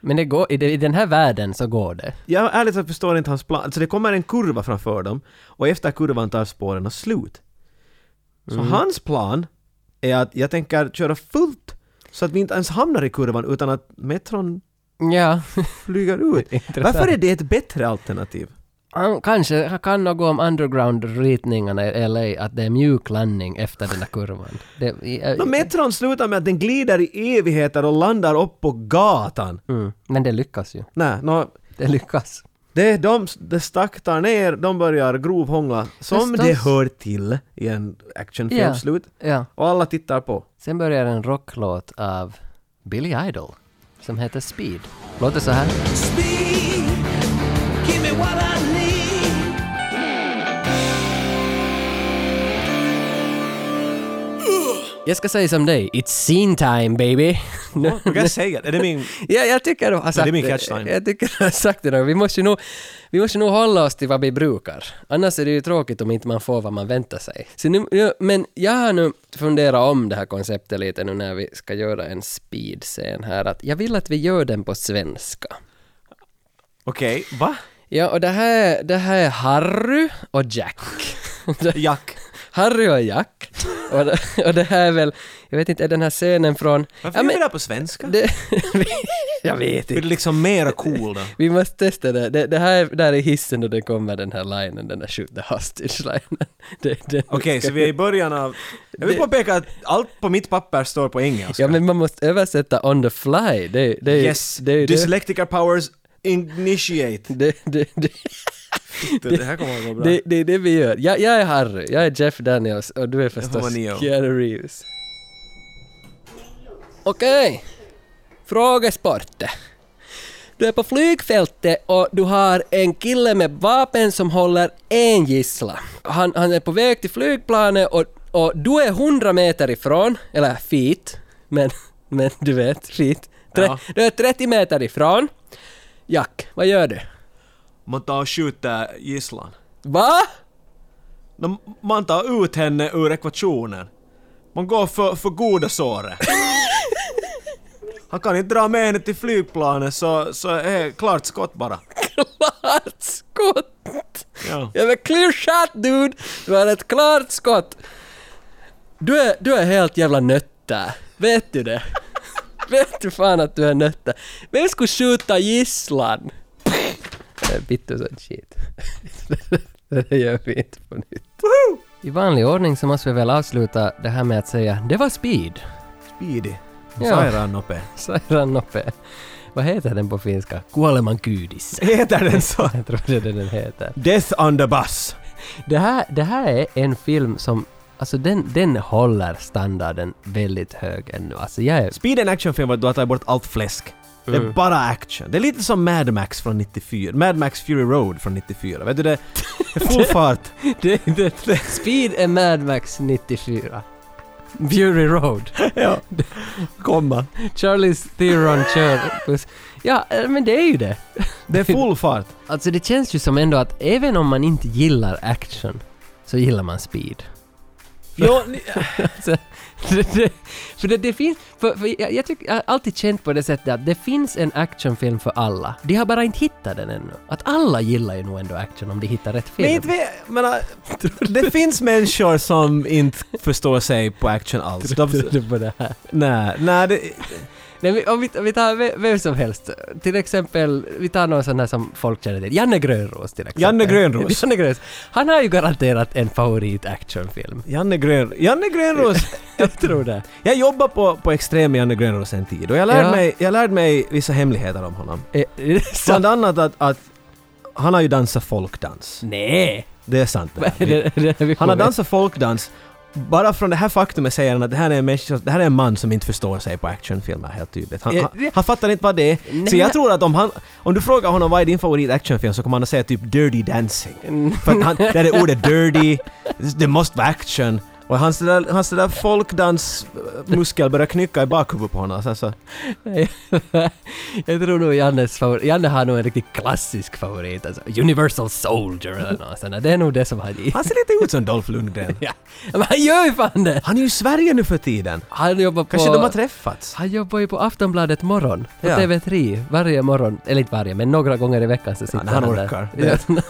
Speaker 2: Men det går, i, de- i den här världen så går det.
Speaker 1: Jag ärligt talat förstår inte hans plan. Alltså det kommer en kurva framför dem och efter kurvan tar spåren slut. Så
Speaker 2: Mm.
Speaker 1: hans plan är att jag tänker köra fullt så att vi inte ens hamnar i kurvan utan att metron
Speaker 2: Ja.
Speaker 1: flyger ut.
Speaker 2: Intressant.
Speaker 1: Varför är det ett bättre alternativ?
Speaker 2: Han kanske han kan något om underground-ritningarna i LA, att det är mjuk landning efter den där kurvan. Det, i, i-
Speaker 1: Men metron slutar med att den glider i evigheter och landar upp på gatan.
Speaker 2: mm. Men det lyckas ju.
Speaker 1: Nej, nå...
Speaker 2: Det lyckas.
Speaker 1: Det, de, de staktar ner, de börjar grovhångla, som
Speaker 2: Förstås.
Speaker 1: det hör till i en
Speaker 2: Ja,
Speaker 1: actionfilms slut.
Speaker 2: ja.
Speaker 1: Och alla tittar på.
Speaker 2: Sen börjar en rocklåt av Billy Idol som heter Speed. Låter så här.
Speaker 3: Speed, give me what I need.
Speaker 2: Jag ska säga som dig, it's scene time baby.
Speaker 1: Oh, du kan säga det, är det min...
Speaker 2: ja, jag tycker du har sagt
Speaker 1: det är min catchline.
Speaker 2: Jag tycker du har sagt det. nog. Vi måste, ju nog, vi måste nog hålla oss till vad vi brukar. Annars är det ju tråkigt om inte man får vad man väntar sig. Så nu, nu, men jag har nu funderat om det här konceptet lite nu när vi ska göra en speedscen här. Att jag vill att vi gör den på svenska.
Speaker 1: Okej, va?
Speaker 2: Ja, och det här, det här är Harry och Jack.
Speaker 1: Jack.
Speaker 2: Harry och Jack. Och det, och det här är väl, jag vet inte, är den här scenen från...
Speaker 1: Varför
Speaker 2: Ja,
Speaker 1: gör
Speaker 2: men-
Speaker 1: vi det här på svenska?
Speaker 2: jag vet
Speaker 1: Är
Speaker 2: inte.
Speaker 1: det liksom mera cool då?
Speaker 2: Vi måste testa det. Det, det här är där i hissen och det kommer den här linen, den här shoot the hostage-linen. Det- det-
Speaker 1: Okej, så vi är i början av... Jag vill
Speaker 2: Det-
Speaker 1: påpeka att allt på mitt papper står på engelska.
Speaker 2: Ja, men man måste översätta on the fly. Det, det,
Speaker 1: Yes,
Speaker 2: det, det, det,
Speaker 1: dyslektiker powers initiate.
Speaker 2: det, det, det,
Speaker 1: Det, det här kommer att gå bra.
Speaker 2: det, det är det vi gör. Jag, jag är Harry, jag är Jeff Daniels och du är
Speaker 1: var
Speaker 2: förstås
Speaker 1: Neo.
Speaker 2: Keanu Reeves. Okej, frågesporten. Du är på flygfältet och du har en kille med vapen som håller en gissla. Han, han är på väg till flygplanet och, och du är 100 meter ifrån, eller feet, men, men du vet, feet. Tre,
Speaker 1: Ja.
Speaker 2: Du är 30 meter ifrån. Jack, vad gör du?
Speaker 1: Man tar och skjuter uh, gisslan.
Speaker 2: Va?
Speaker 1: De- Man tar ut henne ur ekvationen. Man går för, för goda såret. Han kan inte dra med henne till flygplanet så, så är klart skott bara.
Speaker 2: klart skott!
Speaker 1: Ja.
Speaker 2: Jag men clear shot dude! Du har ett klart skott! Du är, du är helt jävla nötta. Vet du det? Vet du fan att du är nötta? Vem skulle skjuta gisslan? Eh, Bittu sån shit. Det gör vi inte på nytt. I vanlig ordning så måste vi väl avsluta det här med att säga det var speed.
Speaker 1: Speedy.
Speaker 2: Ja.
Speaker 1: Sairaannope.
Speaker 2: Sairaannope. Vad heter den på finska? Kuoleman kyydis.
Speaker 1: Heter den så?
Speaker 2: Jag tror det är det den heter.
Speaker 1: Death on the bus.
Speaker 2: Det här, det här är en film som, alltså den, den håller standarden väldigt hög ännu. Alltså jag är...
Speaker 1: Speed är en actionfilm där du har tagit bort allt fläsk. Det är
Speaker 2: Mm.
Speaker 1: bara action. Det är lite som Mad Max från 94. Mad Max Fury Road från 94. Vet du det? Det är full fart.
Speaker 2: Det, det, det. Speed är Mad Max 94. Fury Road.
Speaker 1: ja. Komma.
Speaker 2: Charlies Theron kör buss. Ja, eh, men det är ju det.
Speaker 1: Det är full fart.
Speaker 2: Alltså det känns ju som ändå att även om man inte gillar action så gillar man speed.
Speaker 1: Jo,
Speaker 2: Så, det, det, för det, det finns, för, för jag, jag, tycker, jag har alltid känt på det sättet att det finns en actionfilm för alla. De har bara inte hittat den ännu. Att alla gillar ju nog ändå action om de hittar rätt film.
Speaker 1: Men inte vet, men, äh, det finns människor som inte förstår sig på action alls. De,
Speaker 2: Tror du på det här?
Speaker 1: nej, nej, det,
Speaker 2: Nej, men om, vi, om vi tar ve- vem som helst, till exempel, vi tar någon sån här som folk känner till, Janne Grönros till exempel.
Speaker 1: Janne Grönros.
Speaker 2: Janne Grönros. Han har ju garanterat en favorit actionfilm.
Speaker 1: Janne, Grön, Janne Grönros.
Speaker 2: Jag tror det.
Speaker 1: Jag jobbar på, på Extrem med Janne Grönros en tid och jag lärde,
Speaker 2: Ja.
Speaker 1: mig, jag lärde mig vissa hemligheter om honom.
Speaker 2: Är- är det sant?
Speaker 1: Bland annat att, att han har ju dansat folkdans.
Speaker 2: Nej!
Speaker 1: Det är sant. Det här.
Speaker 2: Det- det- vi får
Speaker 1: Han har
Speaker 2: veta.
Speaker 1: dansat folkdans. Bara från det här faktumet säger han att det här är en, människa, det här är en man som inte förstår sig på actionfilmer helt tydligt. Han,
Speaker 2: Eh,
Speaker 1: han, han fattar inte vad det är. Så jag tror att om, han, om du frågar honom vad är din favorit actionfilm så kommer han att säga typ “Dirty Dancing”.
Speaker 2: Mm.
Speaker 1: För att han, där är ordet “dirty”, det måste vara action. Och hans där, hans där folkdansmuskel börjar knycka i bakhuvudet på honom. Sen så,
Speaker 2: jag tror nog Jannes favorit, Janne har nog en riktigt klassisk favorit, alltså Universal Soldier eller något sånt där. Det är nog det som han gillar.
Speaker 1: han ser lite ut som Dolph Lundgren.
Speaker 2: Ja. Men han gör ju fan det!
Speaker 1: Han är ju i Sverige nu för tiden.
Speaker 2: Han jobbar på...
Speaker 1: Kanske de har träffats.
Speaker 2: han jobbar ju på Aftonbladet morgon, på
Speaker 1: Ja.
Speaker 2: TV3, varje morgon, eller inte varje, men några gånger i veckan så sitter
Speaker 1: han
Speaker 2: där.
Speaker 1: orkar.
Speaker 2: Ja.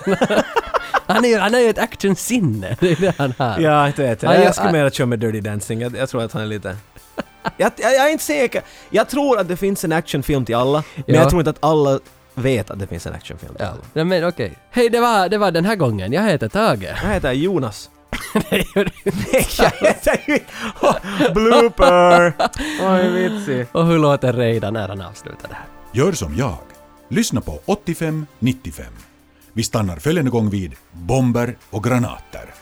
Speaker 2: han, är, ju- han har ju ett actionsinne, det är det han har.
Speaker 1: Ja, inte vet jag.
Speaker 2: Han gör-
Speaker 1: Jag skulle mera köra med Dirty Dancing. Jag, jag tror att han är lite... Jag, jag, jag är inte säker. Jag tror att det finns en actionfilm till alla, men
Speaker 2: Ja.
Speaker 1: jag tror inte att alla vet att det finns en actionfilm till alla.
Speaker 2: Ja, men okej. Hej, det var, det var den här gången. Jag heter Tage. Jag
Speaker 1: heter Jonas.
Speaker 2: Nej, gör du inte.
Speaker 1: Blooper!
Speaker 2: Oj, vitsig. Och hur låter Reida när han avslutar det här?
Speaker 13: Gör som jag. Lyssna på 85 95. Vi stannar följande gång vid bomber och granater.